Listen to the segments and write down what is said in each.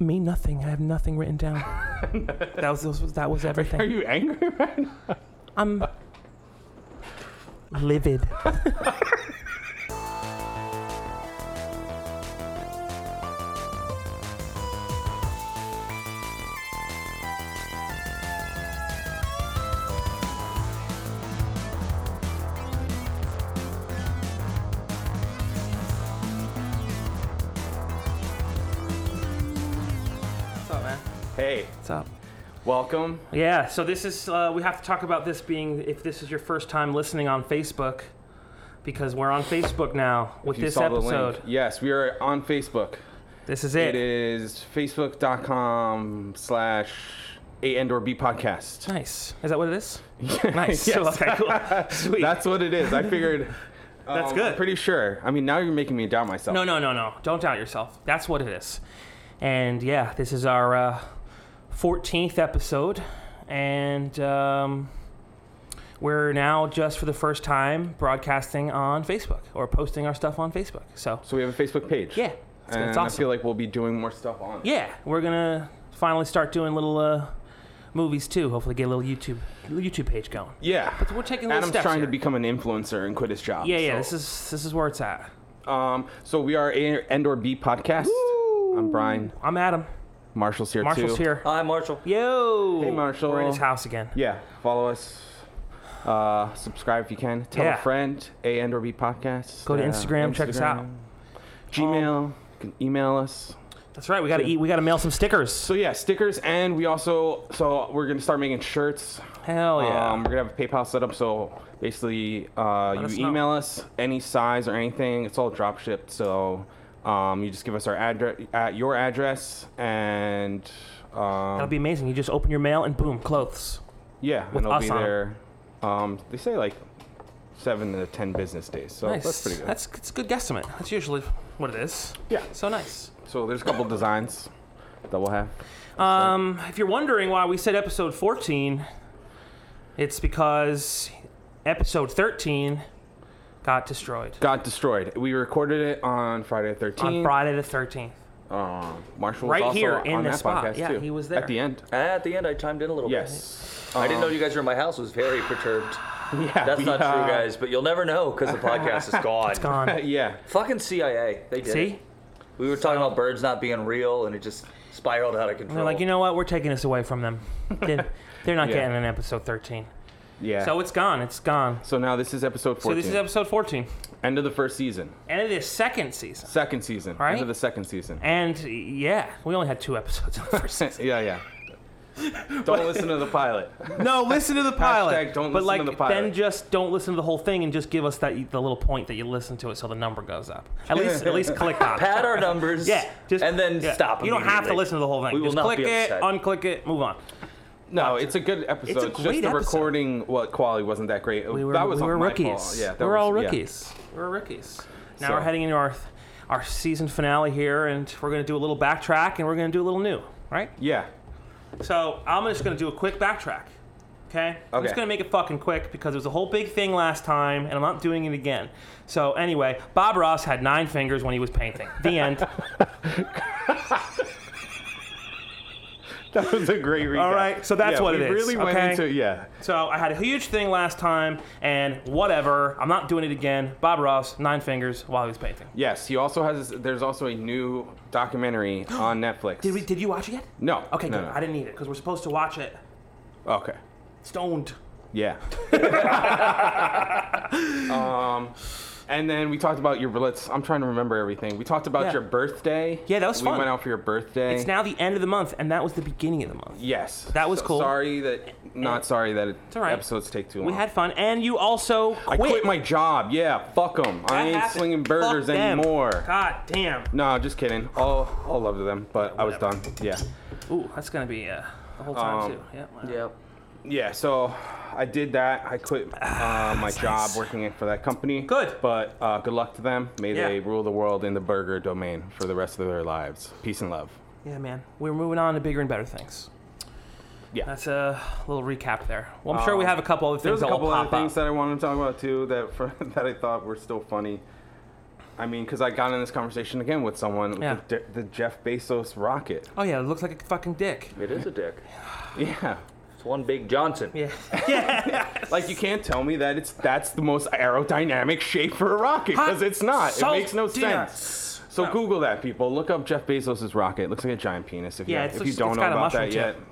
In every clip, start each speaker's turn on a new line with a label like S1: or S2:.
S1: Me, nothing. I have nothing written down. that was that was, that was
S2: Are
S1: everything.
S2: you angry right now?
S1: I'm livid. What's up, man?
S2: Hey,
S3: What's up?
S2: welcome.
S1: Yeah, so this is, uh, we have to talk about this being, if this is your first time listening on Facebook, because we're on Facebook now with
S2: If you
S1: this
S2: saw the link-
S1: episode.
S2: Yes, we are on Facebook.
S1: This is it.
S2: It is facebook.com slash a and or b podcast.
S1: Nice. Is that what it is? Nice. So, okay, cool. Sweet.
S2: That's what it is. I figured.
S1: That's
S2: um,
S1: good.
S2: I'm pretty sure. I mean, now you're making me doubt myself.
S1: no, no, no, no. Don't doubt yourself. That's what it is. And yeah, this is our uh, 14th episode. And um, we're now just for the first time broadcasting on Facebook or posting our stuff on Facebook. So,
S2: So we have a Facebook page.
S1: yeah, it's,
S2: And
S1: it's
S2: I
S1: awesome.
S2: feel like we'll be doing more stuff on. it.
S1: Yeah, we're gonna finally start doing little uh, movies too. Hopefully, get a little YouTube little YouTube page going.
S2: Yeah.
S1: But we're taking little
S2: Adam's
S1: steps
S2: trying
S1: here.
S2: to become an influencer and quit his job.
S1: Yeah, yeah.
S2: so-
S1: This is this is where it's at.
S2: Um, so we are a and or B podcast. I'm Brian.
S1: I'm Adam.
S2: Marshall's here too.
S1: Marshall's here.
S3: Hi, Marshall.
S1: Yo.
S2: Hey, Marshall.
S1: We're in his house again.
S2: Yeah, follow us. Uh, subscribe if you can. Tell
S1: Yeah.
S2: a friend. A and or B podcast.
S1: Go to
S2: Uh,
S1: Instagram, check us out.
S2: Gmail. you can email us.
S1: That's right. We gotta eat. We gotta mail some stickers.
S2: So yeah, stickers, and we also so we're gonna start making shirts.
S1: Hell Oh, yeah.
S2: Um, we're gonna have a PayPal set up. So basically, uh,
S1: us
S2: you
S1: know.
S2: email us any size or anything. It's all drop shipped. So um, you just give us our address, at your address, and um,
S1: That'll be amazing. You just open your mail and boom, clothes.
S2: yeah, and
S1: with
S2: it'll
S1: us
S2: be
S1: on 'em.
S2: there. Um, they say like seven to ten business days. So
S1: Nice.
S2: Oh, that's pretty good.
S1: That's, that's a good guesstimate. That's usually what it is.
S2: yeah.
S1: So nice.
S2: So there's a couple designs that we'll have.
S1: Um, if you're wondering why we said episode 14, it's because episode 13 got destroyed
S2: Got destroyed. We recorded it on Friday the 13th.
S1: on Friday the 13th.
S2: Um, Marshall was
S1: Right
S2: also
S1: here
S2: on
S1: in
S2: that
S1: this spot.
S2: podcast
S1: Yeah,
S2: too.
S1: he was there.
S2: at the end.
S3: At the end, I chimed in a little
S2: Yes.
S3: bit. I
S1: Um,
S3: didn't know you guys were in my house. I was very perturbed.
S2: Yeah,
S3: That's
S2: we,
S3: not
S2: uh,
S3: true, guys. But you'll never know because the podcast is gone.
S1: It's gone.
S2: Yeah.
S3: Fucking CIA. They did.
S1: See?
S3: it. We were talking about birds not being real, and it just spiraled out of control.
S1: They're like, you know what? We're taking this away from them. They're, they're not
S2: Yeah.
S1: getting an episode 13.
S2: Yeah.
S1: So it's gone. It's gone.
S2: So now this is episode 14.
S1: So this is episode 14.
S2: end of the first season.
S1: End of this second season.
S2: Second season.
S1: Right?
S2: End of the second season.
S1: And yeah, we only had two episodes in the first season.
S2: yeah, yeah. Don't listen to the pilot.
S1: No, listen to the pilot.
S2: Hashtag don't
S1: but
S2: listen
S1: like,
S2: to the pilot.
S1: then just don't listen to the whole thing and just give us that the little point that you listen to it so the number goes up. At least, at least click on. it.
S3: Pad our numbers.
S1: Yeah, just
S3: and then
S1: yeah.
S3: stop.
S1: You don't have to
S3: immediately.
S1: listen to the whole thing.
S3: We will
S1: just
S3: not
S1: click
S3: be
S1: it,
S3: upset.
S1: unclick it, move on.
S2: No, it's a good episode.
S1: It's a
S2: just
S1: great
S2: the
S1: episode.
S2: recording what quality wasn't that great.
S1: We were,
S2: that was
S1: we
S2: on
S1: were
S2: my
S1: rookies.
S2: fault. Yeah, that
S1: we were
S2: was-
S1: all
S2: yeah.
S1: rookies. We were rookies. Now
S2: So-
S1: we're heading into our our season finale here, and we're gonna do a little backtrack, and we're gonna do a little new, right?
S2: Yeah.
S1: So I'm just gonna do a quick backtrack. Okay? I'm
S2: Okay.
S1: just gonna make it fucking quick because it was a whole big thing last time, and I'm not doing it again. So anyway, Bob Ross had nine fingers when he was painting. The end.
S2: That was a great recap.
S1: All right, so that's
S2: Yeah,
S1: what
S2: we
S1: it is,
S2: really went
S1: okay?
S2: into yeah.
S1: so I had a huge thing last time, and whatever. I'm not doing it again. Bob Ross, nine fingers while he was painting.
S2: Yes, he also has. There's also a new documentary on Netflix.
S1: Did we? Did you watch it yet?
S2: No.
S1: Okay,
S2: no,
S1: good.
S2: no.
S1: I didn't need it because we're supposed to watch it.
S2: Okay.
S1: Stoned.
S2: Yeah. um, and then we talked about your let's. I'm trying to remember everything. We talked about
S1: Yeah.
S2: your birthday.
S1: Yeah, that was
S2: we
S1: fun.
S2: went out for your birthday.
S1: It's now the end of the month, and that was the beginning of the month.
S2: Yes.
S1: That was
S2: So
S1: cool.
S2: Sorry that. Not sorry that it,
S1: all right.
S2: episodes take too long.
S1: We had fun, and you also
S2: I
S1: quit.
S2: quit my job. Yeah. Fuck them. I
S1: That
S2: ain't
S1: happened.
S2: slinging burgers
S1: Fuck them.
S2: anymore.
S1: God damn.
S2: No, just kidding. All all love to them, but I was
S1: Whatever.
S2: done. Yeah.
S1: Ooh, that's gonna be uh, the whole time
S2: Um,
S1: too. Yeah. wow.
S3: Yep.
S2: Yeah. So. I did that. I quit uh, my job working working for that company.
S1: Ah, Good.
S2: But uh, good luck to them. May
S1: Yeah.
S2: they rule the world in the burger domain for the rest of their lives. Peace and love.
S1: Yeah, man. We're moving on to bigger and better things.
S2: Yeah.
S1: That's a little recap there. Well, I'm sure we
S2: Um,
S1: have a couple other
S2: There's
S1: things
S2: a
S1: that will
S2: couple other
S1: pop
S2: things
S1: up.
S2: that I wanted to talk about too that for, that I thought were still funny. I mean, because I got in this conversation again with someone with
S1: Yeah.
S2: the, the Jeff Bezos rocket.
S1: Oh yeah, it looks like a fucking dick.
S3: It is a dick.
S2: Yeah.
S3: It's one big Johnson.
S1: Yeah.
S2: Like you can't tell me that it's that's the most aerodynamic shape for a rocket because it's not.
S1: Salt
S2: it makes no
S1: dinner.
S2: sense. So
S1: No.
S2: Google that, people. Look up Jeff Bezos' rocket. It looks like a giant penis. If
S1: Yeah,
S2: you,
S1: it's
S2: if
S1: just-
S2: you don't
S1: it's
S2: know
S1: got a
S2: about
S1: mushroom
S2: that yet,
S1: tip.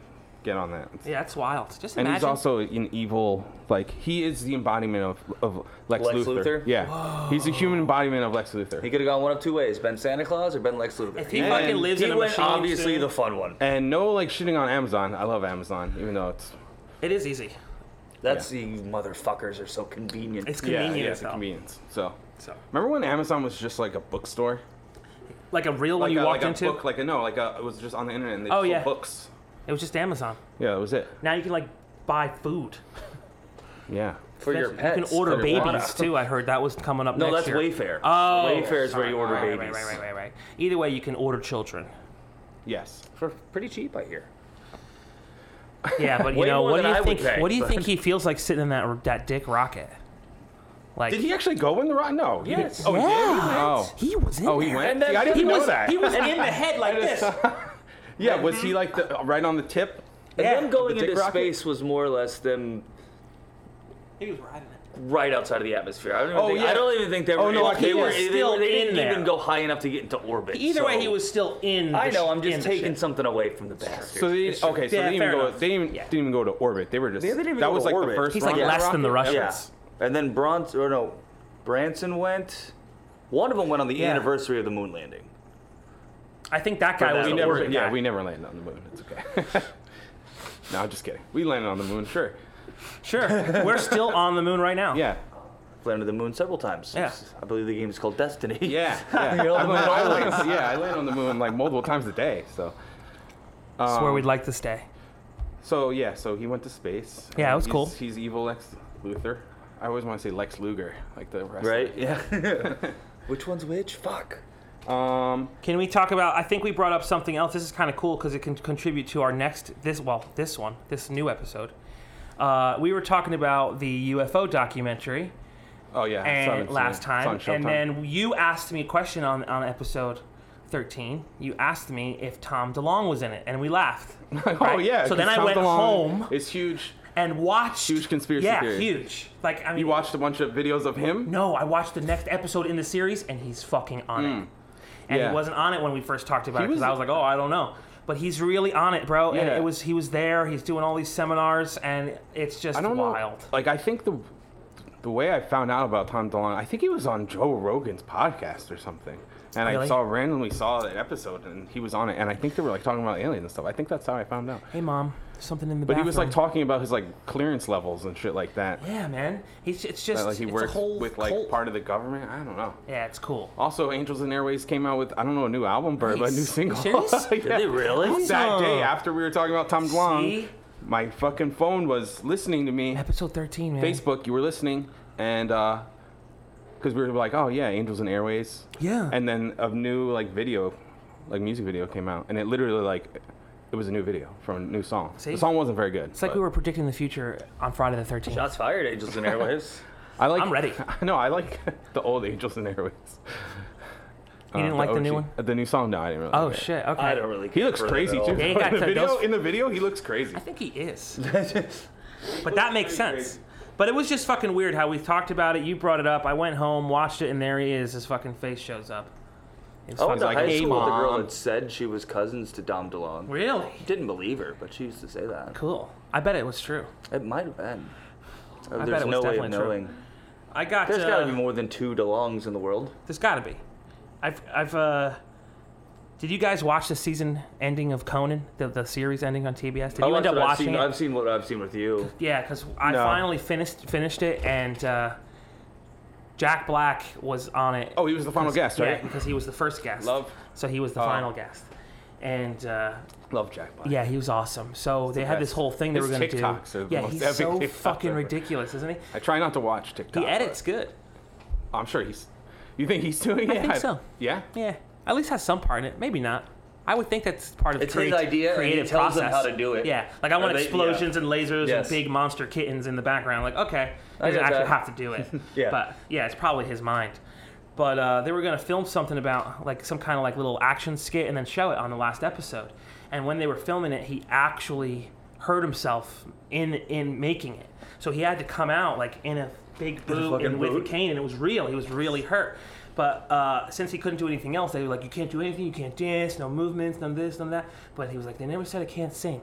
S2: get on that.
S1: Yeah, that's wild. Just
S2: And
S1: imagine.
S2: he's also an evil, like he is the embodiment of, of Lex,
S3: Lex
S2: Luthor.
S3: Luthor?
S2: Yeah, he's a human embodiment of Lex Luthor.
S3: He could have gone one of two ways: been Santa Claus or been Lex Luthor.
S1: If he
S3: He-
S1: fucking
S2: And
S1: lives
S3: he
S1: in a
S3: went
S1: machine,
S3: obviously
S1: suit,
S3: the fun one.
S2: and no, like shitting on Amazon. I love Amazon, even though it's
S1: it is easy.
S3: That's you motherfuckers are so convenient.
S1: It's
S2: yeah,
S1: convenient as
S2: yeah, it's a
S1: hell.
S2: convenience. So,
S1: So,
S2: remember when Amazon was just like a bookstore?
S1: like a real
S2: Like
S1: one you
S2: a,
S1: walked
S2: like
S1: into.
S2: a book, like a no, like a, it was just on the internet. And they
S1: Oh,
S2: just sold
S1: yeah.
S2: books.
S1: It was just Amazon.
S2: Yeah, that was it.
S1: Now you can like buy food.
S2: Yeah.
S3: for your
S1: you
S3: pets.
S1: can order
S3: for your
S1: babies
S3: product.
S1: too. I heard that was coming up
S3: No,
S1: next
S3: that's
S1: year.
S3: Wayfair.
S1: Oh,
S3: Wayfair is where you order
S1: Right,
S3: babies
S1: right, right, right, right, right. Either way, you can order children.
S2: Yes.
S3: for pretty cheap, I hear.
S1: Yeah, but you
S3: Way
S1: know
S3: more
S1: what do
S3: than
S1: you
S3: I would
S1: think?
S3: pay,
S1: what do you
S3: but-
S1: think he feels like sitting in that that dick rocket? Like
S2: Did he actually go in the rock? No. he didn't-
S3: Yes.
S2: Oh, he did?
S1: Yeah.
S2: Oh.
S1: He was in
S2: Oh, he
S1: there.
S2: went.
S3: And then
S2: See, I didn't
S1: He
S2: know
S1: was,
S2: that.
S1: he was in the head like this.
S2: yeah, was he like the right on the tip?
S1: Yeah,
S3: and them going
S2: the dick
S3: into
S2: rocket?
S3: space was more or less them
S1: He was riding it.
S3: right outside of the atmosphere. I don't even,
S2: Oh,
S3: think,
S2: yeah.
S3: I don't even think they were.
S2: Oh, no,
S3: able- they
S2: he
S3: were.
S2: was
S3: They,
S1: still
S3: were- they
S1: in
S3: didn't
S1: there.
S3: even go high enough to get into orbit.
S1: Either way,
S3: so-
S1: he was still in. The
S3: I know.
S1: sh-
S3: I'm
S1: in
S3: just
S1: the
S3: taking
S1: shit.
S3: something away from the past.
S2: So they, okay, so
S1: Yeah,
S2: they didn't
S1: fair
S2: even go.
S1: enough.
S2: They didn't,
S1: Yeah.
S2: didn't even go to orbit. They were just.
S3: Yeah, they didn't even
S2: that
S3: go
S2: was
S3: to
S2: like the
S3: orbit.
S2: first.
S1: He's like
S2: rocket
S1: less than the
S2: rocket.
S1: Russians.
S3: yeah. And then Bronze or no, Branson went. One of them went on the
S1: Yeah.
S3: anniversary of the moon landing.
S1: I think that guy
S3: that
S1: was
S2: We
S1: the
S2: never,
S1: orbit
S2: yeah,
S1: guy.
S2: we never landed on the moon. It's okay. no, I'm just kidding. We landed on the moon, sure.
S1: Sure, we're still on the moon right now.
S2: Yeah,
S3: Landed on the moon several times.
S1: Yeah.
S3: I believe the game is called Destiny.
S2: yeah, yeah.
S3: You're
S2: I,
S3: on the
S2: land, I
S3: moon
S2: land- yeah, I land on the moon like multiple times a day. So,
S1: That's where we'd like to stay.
S2: so yeah, so he went to space.
S1: Yeah,
S2: and
S1: it was
S2: he's,
S1: cool.
S2: He's evil Lex Luthor. I always want to say Lex Luger, like the wrestler.
S3: Right? Yeah. which one's which? Fuck.
S2: Um,
S1: Can we talk about? I think we brought up something else. This is kind of cool because it can contribute to our next this well this one this new episode. Uh, we were talking about the UFO documentary
S2: oh yeah, I still haven't
S1: and
S2: seen
S1: eh, last
S2: it. It's on
S1: time, and
S2: Showtime.
S1: then you asked me a question on on episode. 13 you asked me if tom delong was in it and we laughed
S2: oh
S1: right?
S2: yeah.
S1: so then
S2: 'cause
S1: i
S2: Tom
S1: went
S2: DeLonge
S1: home
S2: Is huge.
S1: and watched
S2: Huge conspiracy
S1: yeah
S2: theory.
S1: huge like i mean
S2: You watched a bunch of videos of him.
S1: no, I watched the next episode in the series and he's fucking on it. And
S2: Hmm. Yeah.
S1: he wasn't on it when we first talked about
S2: He
S1: it because
S2: was-
S1: I was like, oh, I don't know. But he's really on it, bro. And
S2: Yeah.
S1: it was he was there. He's doing all these seminars, and it's just
S2: I don't
S1: wild.
S2: know. Like I think the the way I found out about Tom DeLonge, I think he was on Joe Rogan's podcast or something. And
S1: Really?
S2: I saw randomly saw that episode and he was on it and I think they were like talking about aliens and stuff. I think that's how I found out.
S1: Hey, mom, something in the
S2: But
S1: bathroom.
S2: he was like talking about his like clearance levels and shit like that.
S1: Yeah, man. He's it's just
S2: That, like he
S1: it's
S2: works
S1: a whole
S2: with like
S1: cult.
S2: part of the government. I don't know.
S1: Yeah, it's cool.
S2: Also, Angels and Airways came out with I don't know a new album, but a
S1: Nice.
S2: new single.
S1: Serious?
S2: Yeah.
S3: Did they really?
S2: That
S1: Awesome.
S2: day after we were talking about Tom DeLonge,
S1: See?
S2: my fucking phone was listening to me.
S1: Episode thirteen, man.
S2: Facebook, you were listening, and uh 'cause because we were like, oh yeah, Angels and Airways.
S1: Yeah.
S2: And then a new like video, like music video came out, and it literally like, it was a new video from a new song.
S1: See?
S2: The song wasn't very good.
S1: It's like we were predicting the future on Friday the thirteenth.
S3: Shots fired, Angels and Airwaves.
S2: I like.
S1: I'm ready.
S2: no, I like the old Angels and Airways. Uh,
S1: You didn't
S2: Oh,
S1: like the new one?
S2: The new song? No, I didn't really.
S1: Oh
S2: like it.
S1: shit. Okay.
S3: I don't really care.
S2: He looks
S3: for them
S2: crazy
S3: at
S2: too.
S3: all.
S1: Yeah, he got
S2: in, the
S1: to-
S2: video,
S1: those-
S2: in the video, he looks crazy.
S1: I think he is. but that makes sense. But it was just fucking weird how we talked about it. You brought it up. I went home, watched it, and there he is. His fucking face shows up. It was
S3: I went
S1: fucking-
S3: to
S2: like,
S3: high
S2: "Hey,
S3: school with Oh, the girl
S2: Mom."
S3: that said she was cousins to Dom DeLonge.
S1: really
S3: Didn't believe her, but she used to say that.
S1: cool. I bet it was true.
S3: It might have been. There's
S1: bet it was
S3: no way
S1: definitely
S3: of
S1: true.
S3: knowing.
S1: I got.
S3: There's
S1: uh,
S3: got to be more than two DeLongs in the world.
S1: There's got to be. I've. I've. Uh, did you guys watch the season ending of Conan? The, the series ending on TBS. Did you end up
S3: I've
S1: watching
S3: seen,
S1: it?
S3: I've seen Oh, what I've seen with you.
S1: Yeah, because I
S2: No.
S1: finally finished finished it, and uh, Jack Black was on it.
S2: Oh, he was the final guest,
S1: yeah,
S2: right?
S1: because he was the first guest.
S2: Love.
S1: So he was the
S2: Oh.
S1: final guest, and uh,
S2: Love Jack Black.
S1: yeah, he was awesome. So they
S2: the
S1: had this
S2: best.
S1: whole thing they
S2: His
S1: were going to do.
S2: TikToks are the
S1: yeah,
S2: most
S1: he's
S2: epic
S1: so
S2: TikToks
S1: fucking
S2: ever.
S1: ridiculous, isn't he?
S2: I try not to watch TikTok.
S1: He edits good.
S2: but I'm sure he's. You think he's doing it?
S1: think so.
S2: Yeah.
S1: Yeah, at least has some part in it. Maybe not. I would think that's part of
S3: It's
S1: creat-
S3: his idea, and he
S1: creative
S3: tells them
S1: process.
S3: how to do it.
S1: Yeah, like I
S3: Or
S1: want
S3: they-
S1: explosions and lasers and
S3: Yes.
S1: big monster kittens in the background. Like, okay,
S3: I
S1: he doesn't
S3: get
S1: actually
S3: that.
S1: have to do it.
S3: Yeah.
S1: but yeah, it's probably his mind. But uh, they were going to film something about like some kind of like little action skit and then show it on the last episode. And when they were filming it, he actually hurt himself in in making it. So he had to come out like in a big boot
S3: fucking
S1: and with a
S3: boot?
S1: cane, and it was real. He was really hurt. But uh, since he couldn't do anything else, they were like, "You can't do anything. You can't dance. No movements. None of this. None of that." But he was like, "They never said I can't sing."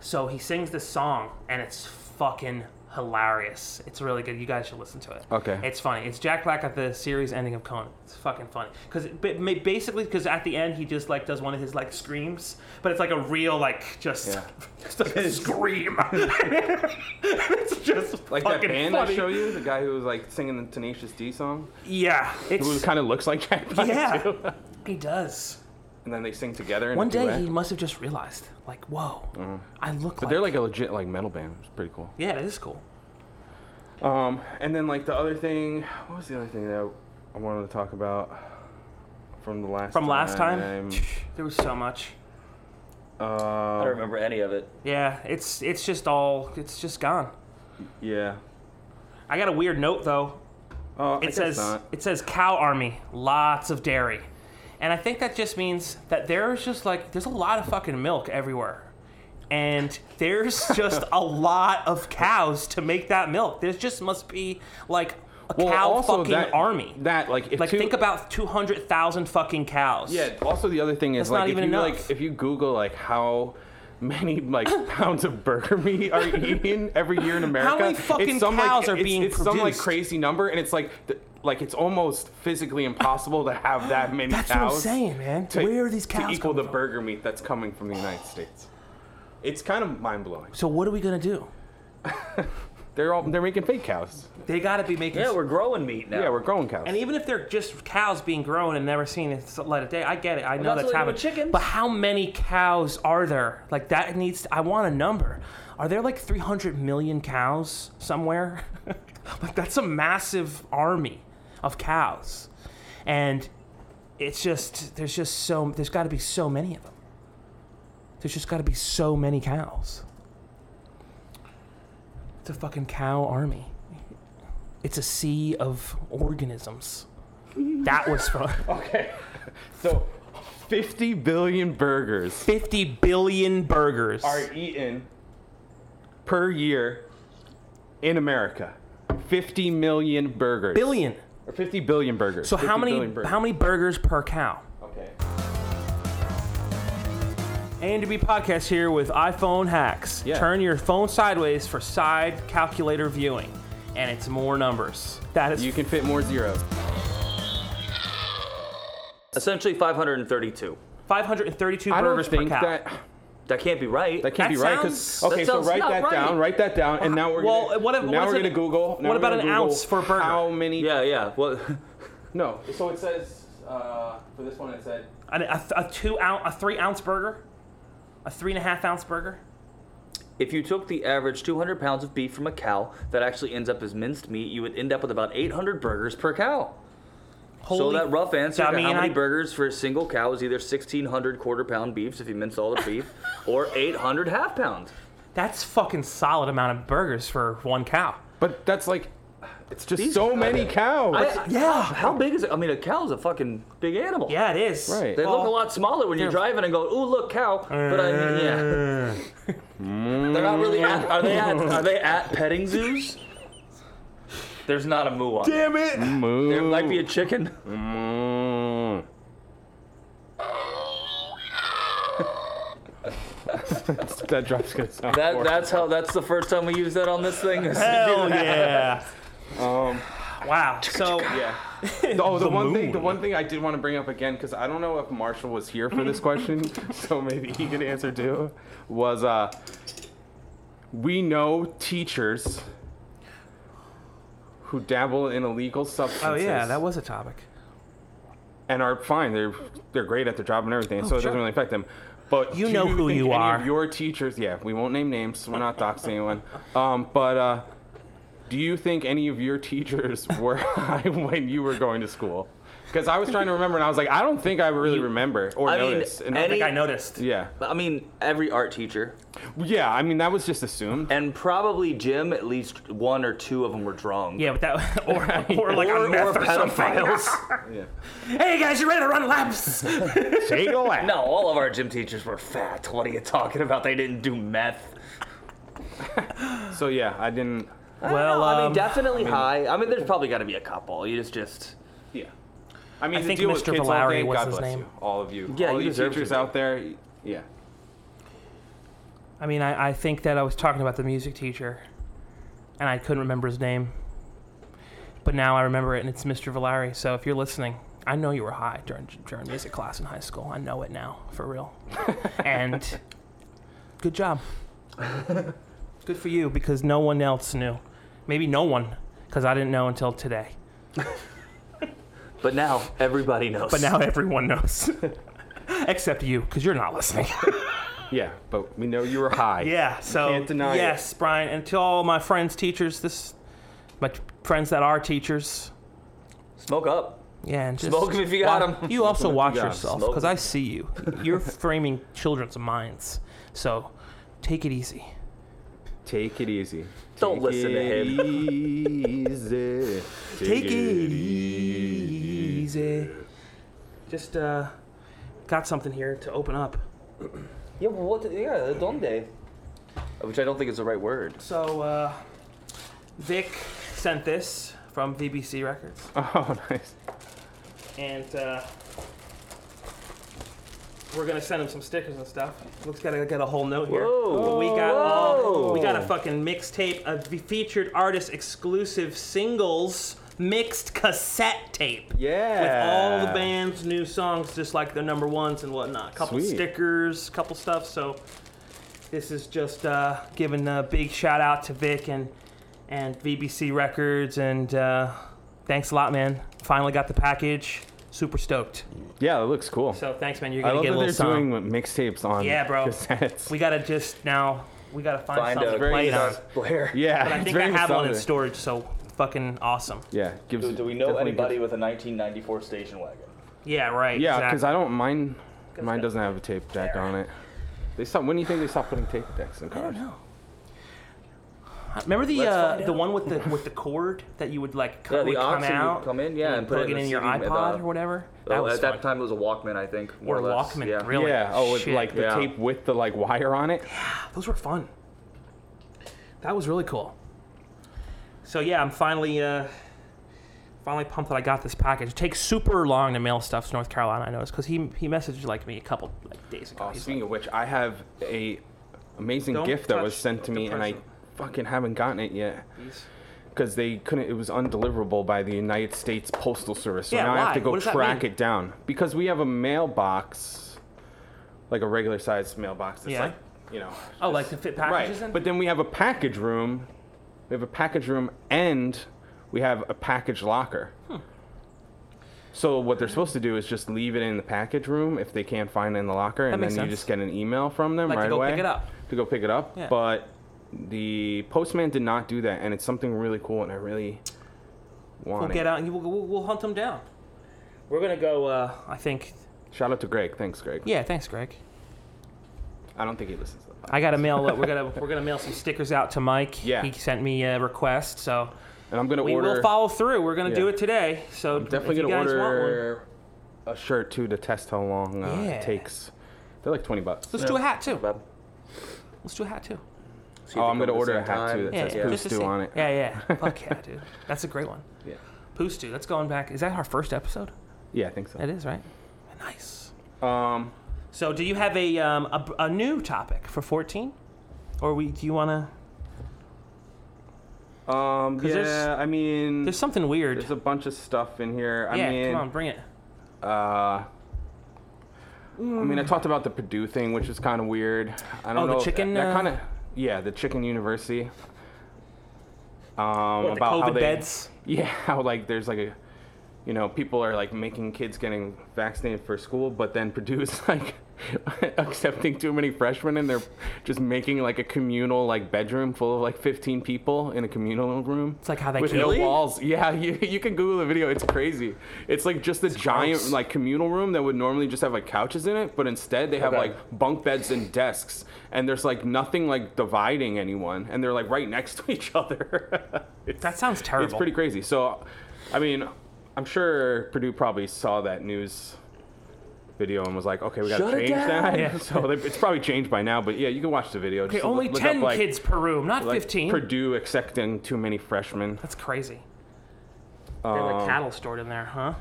S1: So he sings this song, and it's fucking hilarious. It's really good. You guys should listen to it.
S2: Okay.
S1: It's funny. It's Jack Black at the series ending of Conan. It's fucking funny because basically because at the end he just like does one of his like screams, but it's like a real like just
S2: Yeah.
S1: just a scream. it's just
S2: Like that
S1: fucking
S2: band
S1: funny.
S2: I show you, the guy who was like singing the Tenacious D song,
S1: Yeah,
S2: who
S1: it's
S2: kind of looks like Jack Black
S1: yeah.
S2: too.
S1: he does.
S2: And then they sing together. In
S1: One
S2: a duet.
S1: day he must have just realized, like, whoa, I look like.
S2: Mm-hmm. They're like a legit like metal band. It's pretty cool.
S1: yeah, that is cool.
S2: Um, and then like the other thing, what was the other thing that I wanted to talk about from the last
S1: From last time, there was so much.
S3: I
S2: Uh,
S3: don't remember any of it.
S1: Yeah, it's it's just all it's just gone.
S2: yeah.
S1: I got a weird note though.
S2: Oh, I
S1: It
S2: guess
S1: says
S2: not.
S1: it says cow army, lots of dairy, and I think that just means that there's just like there's a lot of fucking milk everywhere, and there's just a lot of cows to make that milk. There's just must be like a
S2: Well,
S1: cow
S2: also
S1: fucking
S2: that-
S1: army.
S2: That like if
S1: like
S2: two,
S1: think about two hundred thousand fucking cows.
S2: Yeah. Also, the other thing is
S1: That's
S2: like
S1: not
S2: if
S1: even
S2: you
S1: enough.
S2: like if you Google like how many like pounds of burger meat are eaten every year in America,
S1: many fucking
S2: it's some, like,
S1: cows are
S2: it's-
S1: being
S2: it's some like
S1: produced?
S2: crazy number, and it's like th- like it's almost physically impossible to have that many
S1: That's what I'm
S2: cows.
S1: saying, man.
S2: To,
S1: Where are these cows
S2: to equal
S1: coming
S2: the
S1: from?
S2: burger meat that's coming from the United States? It's kind of mind blowing.
S1: So what are we gonna do?
S2: They're all they're making fake cows.
S1: They gotta be making.
S3: Yeah, we're growing meat now.
S2: Yeah, we're growing cows.
S1: And even if they're just cows being grown and never seen it light of day, I get it. I know
S3: that's
S1: that's
S3: what
S1: happened.
S3: they do with chickens.
S1: But how many cows are there? Like that needs. I want a number. Are there like 300 million cows somewhere? like that's a massive army of cows, and it's just there's just so there's got to be so many of them. There's just got to be so many cows. It's a fucking cow army. It's a sea of organisms. That was fun.
S2: okay, so fifty billion burgers
S1: 50 billion burgers.
S2: are eaten per year in America. 50 million burgers.
S1: billion.
S2: Or 50 billion burgers.
S1: So how
S2: 50
S1: many
S2: billion burgers.
S1: how many burgers per cow?
S2: Okay.
S1: And to be podcast here with iPhone hacks.
S2: Yeah.
S1: Turn your phone sideways for side calculator viewing, and it's more numbers. That is
S2: You can fit more zeros.
S3: Essentially 532.
S1: 532
S2: I don't
S1: burgers
S2: think
S1: per cow.
S2: that
S3: That can't be right.
S2: that can't
S1: That
S2: be right. 'cause-
S1: sounds-
S2: okay,
S3: that
S2: so
S3: sounds
S2: write
S3: not
S2: that
S3: right.
S2: down. Write that down, and now we're
S1: Well,
S2: gonna,
S1: what if-
S2: now
S1: what's
S2: we're
S1: an-
S2: gonna Google. now
S1: what
S2: we're
S1: about
S2: gonna
S1: an
S2: Google
S1: ounce for a burger?
S2: How many?
S3: yeah, yeah. Well,
S2: No. So it says uh, for this one it said
S1: An- a, a two ounce, a three ounce burger, a three and a half ounce burger.
S3: if you took the average 200 pounds of beef from a cow that actually ends up as minced meat, you would end up with about 800 burgers per cow. so
S1: Holy-
S3: that rough answer
S1: I
S3: to
S1: mean,
S3: how many
S1: I-
S3: burgers for a single cow is either 1,600 quarter pound beefs if you mince all the beef, or 800 half pounds.
S1: That's fucking solid amount of burgers for one cow.
S2: But that's like, it's just
S3: These-
S2: so many cows.
S3: I-
S1: Yeah.
S3: How big is it? I mean, a cow's a fucking big animal.
S1: Yeah, it is. Oh,
S2: Right.
S3: They look
S1: Well,
S3: a lot smaller when you're
S1: they're-
S3: driving and go, "Ooh, look, cow!" But I mean, yeah, they're not really. At, are they at?
S1: Mm.
S3: Are they at petting zoos? There's not a moo on.
S2: Damn it!
S3: There might be a chicken.
S2: Mm. That's- that drop's gonna sound
S3: That,
S2: horrible.
S3: that's how. That's the first time we use that on this thing.
S1: Hell yeah.
S2: Um,
S1: Wow. So
S2: yeah. Oh, the,
S1: The
S2: one thing. The
S1: moon.
S2: one thing I did want to bring up again because I don't know if Marshall was here for this question, so maybe he could answer too. Was uh, we know teachers who dabble in illegal
S1: Oh
S2: substances.
S1: yeah, that was a topic.
S2: and are fine. They're they're great at their job and everything, so it
S1: Oh, sure.
S2: doesn't really affect them. But
S1: You
S2: do
S1: know who
S2: think
S1: you
S2: any of
S1: are.
S2: your teachers, yeah, we won't name names. We're not doxing anyone. Um, but uh, do you think any of your teachers were high when you were going to school? Because I was trying to remember, and I was like, I don't think I really remember or
S3: I mean,
S2: noticed. And
S1: I
S3: any-
S1: think I noticed.
S2: yeah,
S3: I mean, every art teacher,
S2: yeah. I mean, that was just assumed.
S3: and probably Jim, at least one or two of them were drunk.
S1: Yeah, but that or, or like
S3: Or-
S1: a meth
S3: or
S1: or something.
S3: pedophiles.
S2: Yeah.
S1: hey guys, you ready to run laps?
S2: Take a laugh.
S3: no, all of our gym teachers were fat. What are you talking about? They didn't do meth.
S2: So yeah, I didn't.
S1: well,
S3: I mean,
S1: um,
S3: definitely high. I mean, there's probably got to be a couple. You just, just
S2: Yeah. I mean,
S1: I
S2: to
S1: think
S2: deal with
S1: Mr.
S2: kids all
S1: Valari
S2: day,
S1: was
S2: God
S1: his
S2: bless
S1: name.
S2: you, all of you,
S3: Yeah,
S2: all
S3: you
S2: you
S3: deserve to
S2: teachers
S3: be.
S2: out there. Yeah.
S1: I mean, I, I think that I was talking about the music teacher, and I couldn't remember his name, but now I remember it, and it's Mr. Valari. So if you're listening, I know you were high during during music class in high school. I know it now for real, and good job, good for you because no one else knew, maybe no one, because I didn't know until today.
S3: But now everybody knows.
S1: But now everyone knows. Except you, because you're not listening.
S2: Yeah, but we know you were high.
S1: Yeah, so
S2: can't deny it.
S1: yes, Brian, and to all my friends, teachers, this, my t- friends that are teachers,
S3: smoke up.
S1: yeah, and just
S3: Smoke 'em if you got
S1: wa-
S3: 'em.
S1: You also watch
S2: got 'em.
S1: yourself
S3: Smoke
S1: because I see you. You're framing children's minds, so take it easy.
S2: Take it easy.
S3: Don't
S2: Take
S3: listen to
S2: it
S3: him.
S2: Easy.
S1: Take it easy. Just uh, got something here to open up.
S3: Yeah, well, what? Yeah, donde? Which I don't think is the right word.
S1: So uh, Vic sent this from VBC Records.
S2: Oh, nice.
S1: and uh, we're gonna send him some stickers and stuff. Luke's gotta get a whole note here.
S3: Whoa.
S1: But we got all, we got a
S3: Whoa.
S1: fucking mixtape of the featured artist exclusive singles mixed cassette tape.
S2: Yeah.
S1: With all the band's new songs, just like their number ones and whatnot. Couple
S2: Sweet.
S1: stickers, couple stuff. So this is just uh, giving a big shout out to Vic and and VBC Records, and uh, thanks a lot, man. Finally got the package. Super stoked.
S2: Yeah, it looks cool.
S1: So thanks, man. You're
S2: I
S1: gonna
S2: love
S1: get a
S2: that
S1: little
S2: they're
S1: song.
S2: doing mixtapes on
S1: Yeah, bro.
S2: cassettes.
S1: We gotta just now. We gotta find,
S3: Find
S1: something
S3: a
S1: to play it on.
S3: Blair.
S2: yeah,
S1: But I
S2: it's
S1: think I
S2: very
S1: have one in
S2: solid.
S1: storage. So fucking awesome.
S2: Yeah, gives.
S3: Do, do we know
S2: definitely
S3: anybody
S2: Gives,
S3: with a 1994 station wagon?
S1: Yeah, right.
S2: yeah, because
S1: exactly.
S2: I don't mine. Mine doesn't have a tape deck
S1: There.
S2: on it. They stop. When do you think they stopped putting tape decks in
S1: I
S2: cars?
S1: don't know. Remember the
S3: Let's
S1: uh,
S3: find
S1: the
S3: out.
S1: one with the with the cord that you would like cut, would come
S3: would
S1: out,
S3: come in, yeah, and put
S1: plug it
S3: the
S1: in your
S3: CD, uh,
S1: iPod or whatever. That
S3: oh,
S1: was
S3: at that
S1: fun.
S3: time, it was a Walkman, I think. more
S1: or
S3: or less,
S1: Walkman,
S3: yeah.
S1: really.
S2: yeah. Oh, with
S1: Shit.
S2: like the
S3: Yeah.
S2: tape with the like wire on it.
S1: Those were fun. That was really cool. So yeah, I'm finally uh, finally pumped that I got this package. It takes super long to mail stuff to North Carolina. I noticed because he he messaged like me a couple like days ago.
S2: Oh,
S1: He's
S2: speaking
S1: like,
S2: of which, I have a amazing
S1: Don't
S2: gift that was
S1: touch
S2: sent to
S1: the
S2: me, and I
S1: present.
S2: fucking haven't gotten it yet
S1: "Please."
S2: because they couldn't. It was undeliverable by the United States Postal Service, so
S1: Yeah,
S2: now I have to
S1: why?
S2: go
S1: What does that
S2: track
S1: mean?
S2: it down because we have a mailbox, like a regular sized mailbox. That's
S1: Yeah.
S2: like you know,
S1: oh, like to fit packages
S2: right.
S1: in.
S2: But then we have a package room. We have a package room, and we have a package locker.
S1: Hmm.
S2: So what they're supposed to do is just leave it in the package room if they can't find it in the locker, and then
S1: makes
S2: you
S1: sense.
S2: just get an email from them
S1: Like to
S2: right
S1: go
S2: away
S1: pick it up.
S2: to go pick it up.
S1: Yeah.
S2: But the postman did not do that, and it's something really cool, and I really want
S1: we'll
S2: it.
S1: get out and we'll, we'll, we'll hunt them down. We're gonna go. Uh, I think.
S2: Shout out to Greg. Thanks, Greg.
S1: Yeah, thanks, Greg.
S2: I don't think he listens to that.
S1: I gotta mail. We're gonna we're gonna mail some stickers out to Mike.
S2: Yeah.
S1: He sent me a request, so
S2: And I'm gonna
S1: we
S2: order.
S1: will follow through. We're gonna do
S2: Yeah.
S1: it today. So
S2: I'm definitely
S1: if you
S2: gonna
S1: guys want one,
S2: order a shirt too to test how long uh,
S1: Yeah.
S2: it takes. They're like twenty bucks.
S1: let's do a hat too.
S3: Not bad.
S1: Let's do a hat too.
S3: See if
S2: Oh,
S3: they
S2: I'm gonna
S3: come at the
S2: order a
S3: same
S2: hat, too,
S3: time.
S2: that
S1: Yeah,
S2: says
S1: yeah.
S2: Poos
S1: just to
S2: Stew
S1: see.
S2: on it.
S1: Yeah, yeah. Fuck yeah, dude. That's a great one.
S2: Yeah.
S1: Poos Stew. That's going back. Is that our first episode?
S2: Yeah, I think so.
S1: It is, right? Nice.
S2: Um,
S1: So, do you have a um, a, a new topic for 14? Or we do you want to
S2: um, yeah,
S1: there's-
S2: I
S1: There's
S2: mean, there's,
S1: something weird.
S2: a bunch of stuff in here. I
S1: yeah,
S2: mean,
S1: come on, bring it.
S2: uh, I mean, I talked about the Purdue thing, which is kind of weird. I don't
S1: Oh, the
S2: know.
S1: chicken,
S2: That,
S1: uh,
S2: kind of, yeah, the chicken university. Um,
S1: What, the
S2: about how
S1: COVID
S2: they,
S1: beds?
S2: Yeah, how like there's like a, you you know, people are like making kids getting vaccinated for school, but then Purdue's like accepting too many freshmen and they're just making like a communal like bedroom full of like 15 people in a communal room.
S1: It's like how they
S2: with
S1: kill
S3: you.
S2: no walls. Yeah, you, you can Google the video. It's crazy. It's like just a giant
S1: gross.
S2: like communal room that would normally just have like couches in it, but instead they have
S3: Okay.
S2: like bunk beds and desks, and there's like nothing like dividing anyone, and they're like right next to each other. It's-
S1: That sounds
S2: it's
S1: terrible.
S2: pretty crazy. So, I mean, I'm sure Purdue probably saw that news video and was like, okay, we gotta
S3: Shut it
S2: change
S3: down.
S2: that.
S1: Yeah.
S2: so they, it's probably changed by now, but yeah, you can watch the video.
S1: Okay,
S2: Just
S1: only
S2: look up,
S1: 10
S2: like-
S1: kids per room, not
S2: like
S1: 15.
S2: Purdue accepting too many freshmen.
S1: That's crazy. They have
S2: Um,
S1: like cattle stored in there, huh?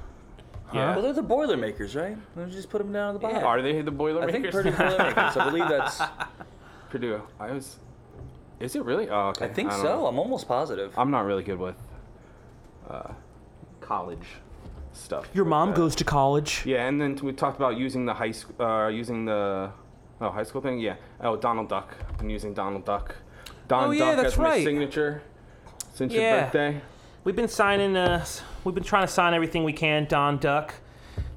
S3: Well,
S2: Yeah.
S3: they're the Boilermakers, right? Let's just put them down at the bottom.
S2: Are they the
S3: I think
S2: Boilermakers?
S3: Purdue Boilermakers. I believe that's.
S2: Purdue. I was. Is it really? Oh, okay.
S3: I think
S2: don't
S3: so.
S2: know.
S3: I'm almost positive.
S2: I'm not really good with uh, college stuff.
S1: Your
S2: like
S1: mom
S2: that.
S1: goes to college.
S2: Yeah, and then we talked about using the high school, uh, using the, oh, high school thing. Yeah. Oh, Donald Duck. I'm using Donald Duck. Don
S1: Oh,
S2: Duck
S1: yeah, that's
S2: as my
S1: right.
S2: signature since your
S1: Yeah.
S2: birthday.
S1: We've been signing, uh, s- we've been trying to sign everything we can, Don Duck.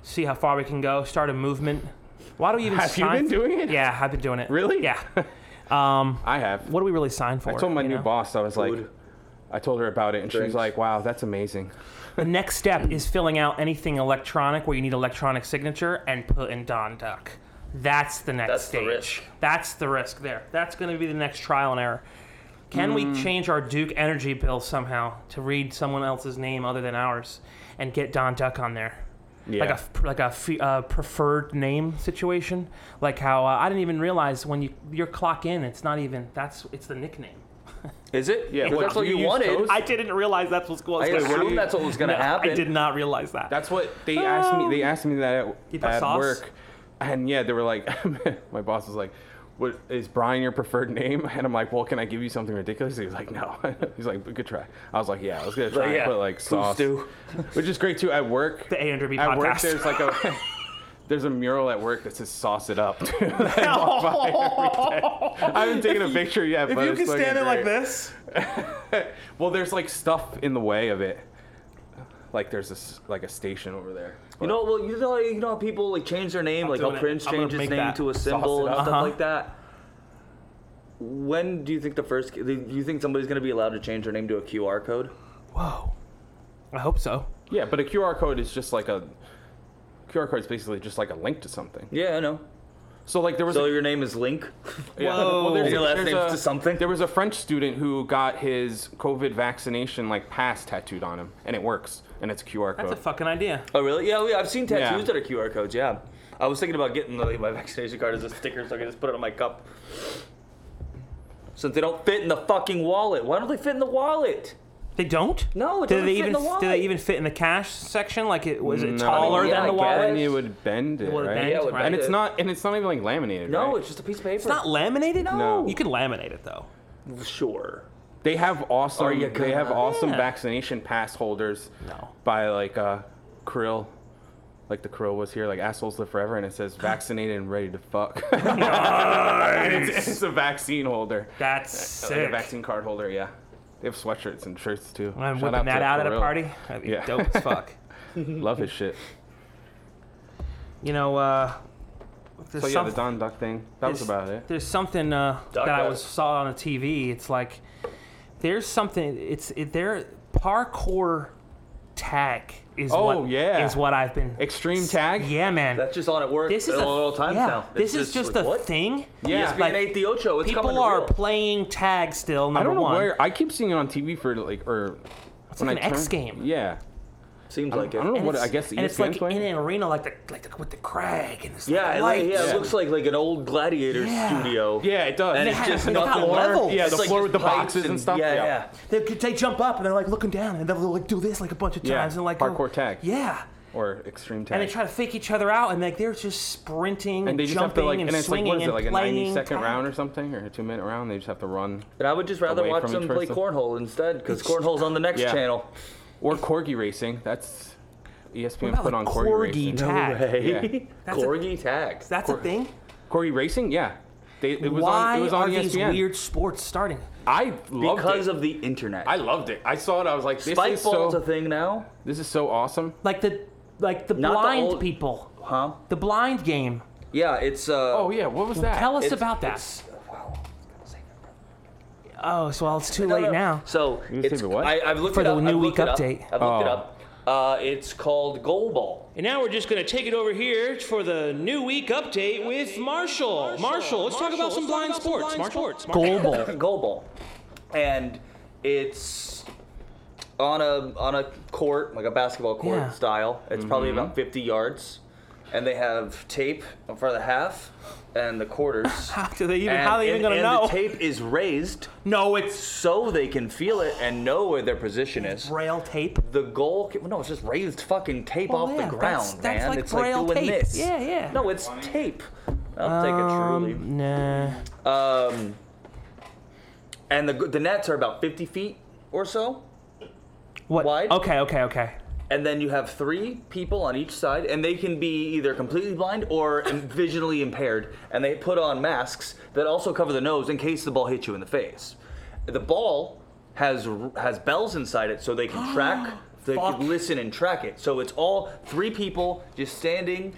S1: See how far we can go, start a movement. Why do we even
S2: Have you
S1: sign
S2: been doing it?
S1: Yeah, I've been doing it.
S2: Really?
S1: Yeah. Um,
S2: I have.
S1: what do we really sign for?
S2: I told my
S1: you
S2: new
S1: know?
S2: boss. I was like,
S3: Food.
S2: I told her about it, and she was
S3: Drinks.
S2: like, "Wow, that's amazing."
S1: The next step is filling out anything electronic where you need electronic signature and put in Don Duck. That's the next
S3: That's the
S1: stage.
S3: risk.
S1: That's the risk there. That's going to be the next trial and error. Can
S3: Hmm.
S1: we change our Duke energy bill somehow to read someone else's name other than ours and get Don Duck on there?
S2: Yeah.
S1: Like a f- like a fe- uh, preferred name situation, like how uh, I didn't even realize when you your clock in, it's not even that's it's the nickname.
S3: Is it?
S2: Yeah,
S3: 'Cause
S2: what,
S3: that's what
S2: do
S3: you
S2: you use
S3: wanted.
S2: those?
S1: I didn't realize that's what's going.
S3: I
S1: to
S2: what do
S3: assumed
S2: you-
S3: that's what was gonna happen.
S1: I did not realize that.
S2: That's what they asked me. They asked me that
S1: You
S2: at,
S1: put
S2: at
S1: Um, sauce?
S2: work, and yeah, they were like, my boss was like, "What is Brian your preferred name?" And I'm like, "Well, can I give you something ridiculous?" He was like, "No." He's like, "Good try." I was like, "Yeah, I was gonna try
S3: Like,
S2: and
S3: yeah,
S2: put like
S3: poo
S2: sauce,
S3: stew.
S2: which is great too." At work,
S1: The A under B
S2: at work,
S1: podcast.
S2: there's like a there's a mural at work that says "Sauce It Up." I haven't taken a picture yet, but it's looking great.
S1: this,
S2: well, there's like stuff in the way of it. Like there's this like a station over there.
S3: You know, well, you know, you know how people like change their name, like
S1: doing
S3: how
S1: it.
S3: Prince
S1: I'm gonna
S3: changed his
S1: make
S3: name
S1: that.
S3: to a
S2: Sauce
S3: symbol
S2: it
S3: and
S2: up.
S3: stuff
S1: Uh-huh.
S3: like that. When do you think the first? Do you think somebody's gonna be allowed to change their name to a QR code?
S1: whoa! I hope so.
S2: Yeah, but a QR code is just like a QR code is basically just like a link to something.
S3: Yeah, I know.
S2: So like there was
S3: So
S2: a,
S3: your name is Link.
S2: yeah.
S1: Whoa.
S2: there's
S1: And
S3: your
S2: a-
S3: last
S2: there's
S3: name's
S2: a-
S3: to something?
S2: There was a French student who got his COVID vaccination like pass tattooed on him, and it works, and it's a QR code.
S1: That's a fucking idea.
S3: Oh, really? Yeah, yeah. I've seen tattoos
S2: Yeah.
S3: that are QR codes. Yeah. I was thinking about getting like, my vaccination card as a sticker, so I can just put it on my cup. Since they don't fit in the fucking wallet, why don't they fit in the wallet?
S1: They don't.
S3: No, it
S1: do
S3: doesn't
S1: they
S3: fit in
S1: even
S3: the
S1: do
S3: wallet.
S1: they even fit in the cash section? Like it was it
S2: No.
S1: taller
S3: Yeah,
S1: than the
S3: I
S1: wallet?
S2: and it would bend it,
S1: Would it
S2: right?
S1: bend,
S3: Yeah, it would
S1: right?
S2: And
S3: bend
S2: it's
S3: it.
S2: not, and it's not even like laminated.
S3: No,
S2: right?
S3: it's just a piece of paper.
S1: It's not laminated.
S2: No.
S1: you can laminate it though.
S3: sure.
S2: They have awesome.
S3: you
S2: they have
S3: gonna-
S2: awesome
S1: Yeah.
S2: vaccination pass holders.
S1: No.
S2: By like uh, Krill, like the Krill was here, like assholes live forever, and it says vaccinated and ready to fuck. And it's, it's a vaccine holder,
S1: That's
S2: like Oh, a
S1: sick.
S2: vaccine card holder. Yeah. They have sweatshirts and shirts too.
S1: I'm
S2: Shout
S1: whipping
S2: to
S1: that out at a
S2: Krill.
S1: party. That'd be
S2: Yeah.
S1: dope as fuck.
S2: Love his shit.
S1: You know, uh, there's
S2: So yeah, the
S1: something-
S2: Don Duck thing. That was
S1: there's-
S2: about it.
S1: There's something uh,
S3: Doc
S1: that I
S3: Ock.
S1: was saw on a TV. It's like there's something. It's it, there parkour tag is
S2: Oh,
S1: what
S2: yeah.
S1: is what I've been.
S2: Extreme tag.
S1: Yeah, man.
S3: That's just on at work.
S1: this is
S3: at
S1: a,
S3: all times
S1: yeah,
S3: now.
S1: This
S3: It's
S1: is just
S3: like,
S1: a
S3: what? E
S1: thing.
S2: Yeah.
S3: ESPN
S1: like,
S3: ate the Ocho. It's coming
S1: People
S3: to
S1: are
S3: real.
S1: playing tag still. Number
S2: I don't know
S1: one.
S2: where. I keep seeing it on TV for like or. It's
S1: like an X game.
S2: Yeah.
S3: Seems
S2: I
S3: like it.
S2: don't know
S1: And
S2: what
S1: it's-
S2: I guess. E
S1: and it's
S2: ESPN's
S1: like
S2: playing
S1: in
S2: it.
S1: an arena, like the like the, with the crag and this.
S3: Yeah, it,
S1: light.
S3: like, yeah,
S2: Yeah.
S3: it looks like like an old gladiator
S1: Yeah.
S3: studio.
S2: Yeah, it does.
S3: And
S1: Yeah,
S3: it's just
S1: it's got
S3: nothing.
S1: levels.
S2: Yeah,
S3: It's
S2: the
S3: like
S2: floor with
S3: just
S2: the
S3: pipes
S2: boxes and stuff.
S3: Yeah,
S2: Yeah.
S3: yeah.
S1: They, they jump up and they're like looking down and they'll like do this like a bunch of
S2: Yeah,
S1: times and like
S2: parkour
S1: go-
S2: tag.
S1: Yeah.
S2: or extreme tag.
S1: and they try to fake each other out, and like they're just sprinting and,
S2: And they just have
S1: jumping
S2: to like, and,
S1: and
S2: it's like
S1: swinging
S2: what is it,
S1: and
S2: like a
S1: playing
S2: ninety-second
S1: tag.
S2: round or something, or a two-minute round? They just have to run.
S3: And I would just rather
S2: Away
S3: watch
S2: from
S3: them
S2: each
S3: play
S2: person.
S3: cornhole instead, because cornhole's on the next
S2: Yeah.
S3: channel.
S2: Or corgi racing. That's E ESPN
S1: What
S2: put
S1: about
S2: on
S1: the
S2: corgi,
S1: corgi
S2: racing.
S1: tag? Tag.
S2: Yeah.
S1: That's a-
S3: Corgi tags.
S1: That's a thing.
S2: Corgi racing, yeah. They, it was
S1: Why
S2: on. It was
S1: are
S2: on E
S1: these
S2: ESPN.
S1: weird sports starting?
S2: I loved
S3: because
S2: it.
S3: of the internet.
S2: I loved it. I saw it. I was like, this
S3: Spike
S2: is
S3: ball's a
S2: so
S3: thing now,
S2: this is so awesome.
S1: Like the like the
S3: Not the
S1: blind
S3: old-
S1: people,
S3: huh?
S1: the blind game.
S3: Yeah, it's. Uh,
S2: Oh yeah, what was that?
S1: Tell us
S3: It's-
S1: about that.
S3: it's- wow. Save it, brother.
S1: Oh, so well, it's too
S3: No,
S1: late
S3: no.
S1: now.
S3: So
S2: You
S3: it's,
S2: save it what?
S3: I, have looked
S1: For
S3: it
S1: the
S3: up.
S1: new
S3: I've
S1: week
S3: looked it up.
S1: update.
S3: I've looked
S2: Oh.
S3: it up. Uh, it's called Goalball.
S1: And now we're just going to take it over here for the new week update with Marshall. Marshall, let's talk about some blind sports. Marshall, Goalball.
S3: goalball, and it's on a on a court like a basketball court
S1: Yeah.
S3: style. It's
S2: Mm-hmm.
S3: probably about 50 yards, and they have tape for the half and the quarters.
S1: How do they even?
S3: And-
S1: how are they even
S3: and-
S1: going to
S3: and
S1: know?
S3: The tape is raised
S1: no, it's
S3: so they can feel it and know where their position is.
S1: braille tape.
S3: The goal, ki- no, it's just raised fucking tape
S1: Well,
S3: off
S1: Oh, yeah,
S3: the ground,
S1: that's- that's
S3: man.
S1: like
S3: it's
S1: braille
S3: like doing
S1: tape.
S3: this.
S1: Yeah, yeah.
S3: No, it's tape. I'll take it truly.
S1: Um, nah.
S3: Um, and the the nets are about 50 feet or so,
S1: What?
S3: Wide?
S1: Okay, okay, okay.
S3: and then you have three people on each side, and they can be either completely blind or im- visually impaired, and they put on masks that also cover the nose in case the ball hits you in the face. The ball has r- has bells inside it, so they can track. They
S1: Fuck.
S3: can listen and track it. So it's all three people just standing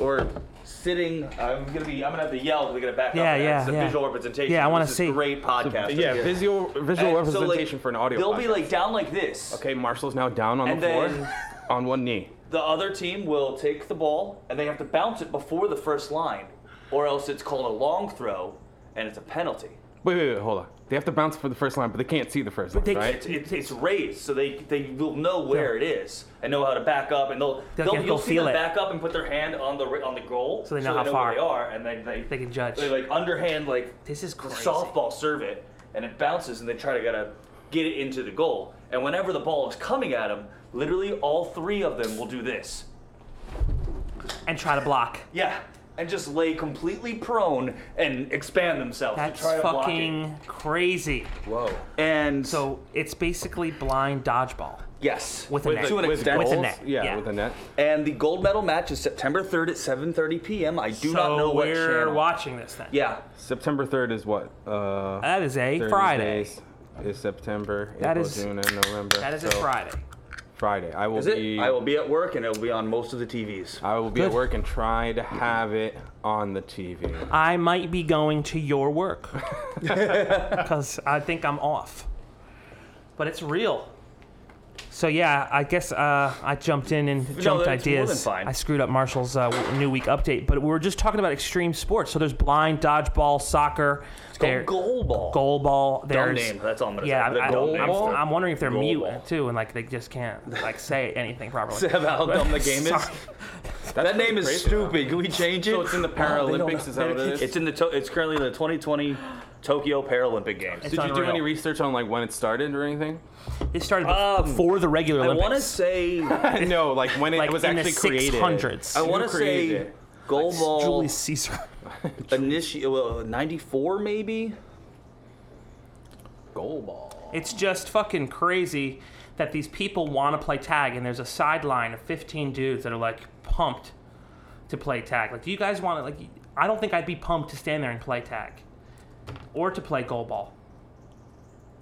S3: or sitting. I'm gonna be. I'm gonna have to yell to get it back
S1: Yeah,
S3: up.
S1: yeah,
S3: It's a
S1: yeah.
S3: visual representation.
S1: Yeah, I wanna
S3: This is
S1: see.
S3: Great podcast.
S2: Yeah, visual visual
S3: And so, like,
S2: representation for an audio.
S3: They'll
S2: podcast.
S3: be like down like this.
S2: okay, Marshall's now down on
S3: And
S2: the floor,
S3: then-
S2: on one knee.
S3: The other team will take the ball and they have to bounce it before the first line, or else it's called a long throw and it's a penalty.
S2: Wait, wait, wait, hold on. They have to bounce for the first line, but they can't see the first line,
S1: they-
S2: right?
S3: It's, it's, it's raised, so they, they will know where it is and know how to back up, and they'll
S1: They'll
S3: they'll,
S1: get-
S3: you'll
S1: they'll
S3: see
S1: feel
S3: them
S1: it.
S3: back up and put their hand on the ri- on the goal,
S1: So they know how far.
S3: where they are, and they they,
S1: They can judge.
S3: they like underhand like
S1: This is crazy.
S3: softball serve it, and it bounces, and they try to gotta get it into the goal. And whenever the ball is coming at them, literally all three of them will do this.
S1: And try to block.
S3: Yeah, and just lay completely prone and expand themselves.
S1: That's
S3: to try to block it.
S1: fucking crazy.
S3: whoa. And so
S1: So it's basically blind dodgeball
S3: yes,
S1: with a net.
S3: to an
S2: with
S3: extent.
S1: With
S2: goals?
S1: a net,
S2: Yeah,
S1: yeah.
S2: with a net.
S3: And the gold medal match is September 3rd at 7:30 p.m. I
S1: so
S3: do not know what
S1: we're
S3: channel.
S1: watching this then.
S3: yeah,
S2: September 3rd is what? Uh,
S1: That is a
S2: 30
S1: Friday.
S2: days Is September,
S1: That
S2: April,
S1: is-
S2: June, and November.
S1: That is
S2: so
S1: a Friday.
S2: Friday. I will
S3: is it?
S2: be.
S3: I will be at work and it will be on most of the TVs.
S2: I will be
S1: Good.
S2: at work and try to have it on the TV.
S1: I might be going to your work because I think I'm off. But it's real. So yeah, I guess uh, I jumped in and jumped
S3: that's more
S1: ideas.
S3: than fine.
S1: I screwed up Marshall's uh, w- new week update, but we were just talking about extreme sports. So there's blind, dodgeball, soccer, there,
S3: goal ball.
S1: goalball.
S3: Dumb
S1: There's
S3: name. That's all I'm gonna
S1: yeah.
S3: say.
S1: I, I,
S3: Dumb
S1: am
S3: name.
S1: I'm wondering if they're
S3: Goal
S1: mute
S3: ball.
S1: too, and like they just can't like say anything properly.
S3: How dumb the game is.
S1: Sorry.
S3: That name is
S2: crazy.
S3: stupid. Can we change it?
S2: So it's in the Paralympics, is that what it is?
S3: It's in the. To- it's currently the 2020 Tokyo Paralympic Games.
S2: Did you do
S1: unreal.
S2: any research on like when it started or anything?
S1: It started bef-
S3: Um,
S1: before the regular
S3: I want to
S1: Olympics.
S3: say. I
S2: no, like when it
S1: like
S2: was
S1: in
S2: actually
S1: the
S2: created.
S1: 600s.
S3: want to
S2: created
S3: say.
S2: it?
S3: Goal ball
S1: Julius Caesar.
S3: initial well, 94 maybe.
S2: Goal ball.
S1: It's just fucking crazy that these people want to play tag, and there's a sideline of 15 dudes that are like pumped to play tag. Like, do you guys want to? Like, I don't think I'd be pumped to stand there and play tag, or to play goal ball.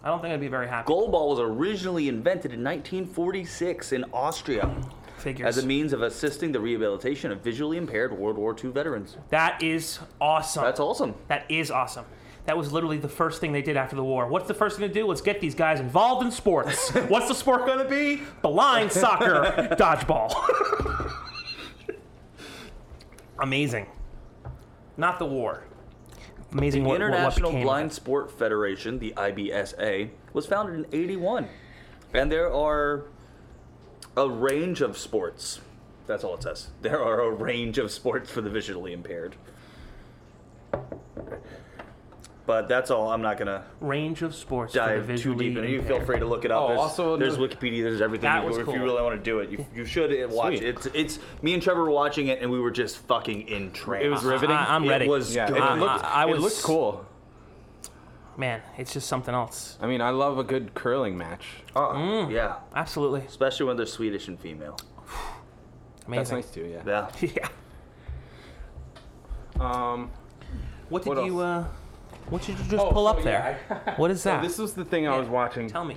S1: I don't think I'd be very happy.
S3: Goal ball was originally invented in 1946 in Austria
S1: figures.
S3: as a means of assisting the rehabilitation of visually impaired World War II veterans.
S1: that is awesome.
S3: That's awesome.
S1: That is awesome. That was literally the first thing they did after the war. What's the first thing to do? Let's get these guys involved in sports. What's the sport going to be? Blind soccer, dodgeball. Amazing. Not the war. Amazing
S3: The
S1: what, what- what
S3: International
S1: became of
S3: Blind
S1: it.
S3: Sport Federation, the IBSA, was founded in 81. And there are a range of sports. That's all it says. There are a range of sports for the visually impaired. But that's all. I'm not going to
S1: range of sports. for the
S3: dive too
S1: visually
S3: deep into it. You feel
S1: impaired.
S3: free to look it up.
S2: Oh,
S3: there's,
S2: also
S3: there's
S2: another-
S3: Wikipedia. There's everything.
S1: That
S3: you,
S1: was
S3: if
S1: cool.
S3: you really want to do it, you, you should uh, watch
S2: Sweet.
S3: it. It's it's me and Trevor were watching it, and we were just fucking entranced.
S2: It was riveting.
S1: I- I'm
S3: It
S1: ready.
S3: was
S2: yeah,
S3: good.
S2: it,
S1: I-
S2: looked,
S1: Uh, I- I was-
S2: it looked cool.
S1: Man, it's just something else.
S2: I mean, I love a good curling match.
S3: Oh, yeah,
S1: Absolutely
S3: especially when they're Swedish and female.
S2: That's
S1: amazing.
S2: nice too, yeah.
S3: Yeah.
S1: Yeah.
S2: Um,
S1: What did
S2: What
S1: you? Uh, What did you just
S2: Um, Oh,
S1: pull
S2: so
S1: up there?
S2: yeah, I-
S1: what is
S2: So
S1: that?
S2: this was the thing I
S1: Yeah.
S2: was watching.
S1: Tell me.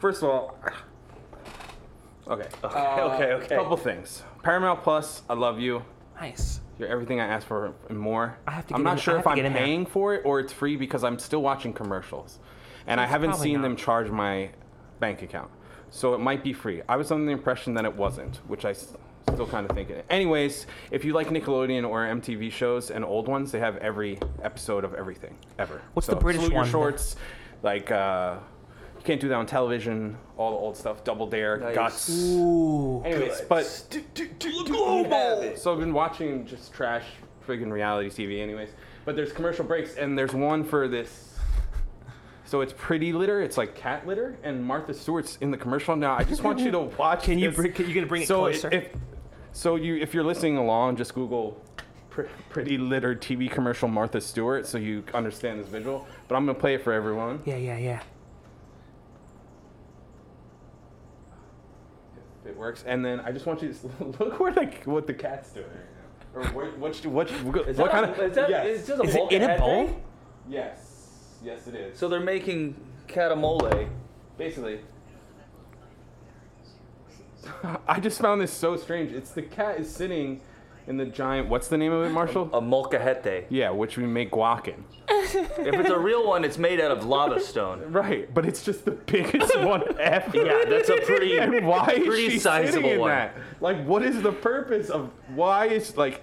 S2: First of all,
S3: Okay. Okay. okay.
S2: a
S3: Okay.
S2: Uh, couple things. Paramount Plus, I love you.
S1: Nice.
S2: You're everything I asked for and more.
S1: I have to
S2: I'm
S1: get
S2: not
S1: in- I
S2: sure
S1: have
S2: if
S1: to
S2: I'm
S1: get in there.
S2: paying for it or it's free because I'm still watching commercials, and I
S1: It's
S2: haven't
S1: probably
S2: seen
S1: not.
S2: them charge my bank account, so it might be free. I was under the impression that it wasn't, which I s- still kind of think it. Anyways, if you like Nickelodeon or MTV shows and old ones, they have every episode of everything ever.
S1: What's
S2: So,
S1: the British
S2: Salute Your
S1: one?
S2: Shorts, like uh, you can't do that on television. All the old stuff, Double Dare,
S3: Nice.
S2: Guts.
S1: Ooh.
S2: Anyways, but
S3: Do- do- do- do you have it?
S2: so I've been watching just trash friggin' reality TV, anyways. But there's commercial breaks, and there's one for this. So it's pretty litter. It's like cat litter, and Martha Stewart's in the commercial now. I just want you to watch.
S1: Can you
S2: this.
S1: bring- can you gonna bring it
S2: so
S1: closer?
S2: If, so you, if you're listening along, just Google pr- "pretty litter" TV commercial Martha Stewart, so you understand this visual. But I'm gonna play it for everyone.
S1: Yeah, yeah, yeah.
S2: If it works, and then I just want you to look where the what the cat's doing. right now. Or what, what, what, what,
S3: Is that
S2: kind
S3: a-
S2: of
S3: Is that,
S2: yes.
S3: it's just a
S1: Is it in a
S3: bulkhead
S1: bowl?
S3: thing?
S2: Yes. Yes, it is.
S3: So they're making catamole.
S2: basically, I just found this so strange. It's the cat is sitting in the giant. What's the name of it, Marshall?
S3: A molcajete.
S2: yeah, which we make guac in.
S3: if it's a real one, it's made out of lava stone.
S2: Right, but it's just the biggest one ever.
S3: Yeah, that's a pretty.
S2: And why is
S3: Pretty
S2: she
S3: sizable
S2: sitting in
S3: one.
S2: that? Like, what is the purpose of why is like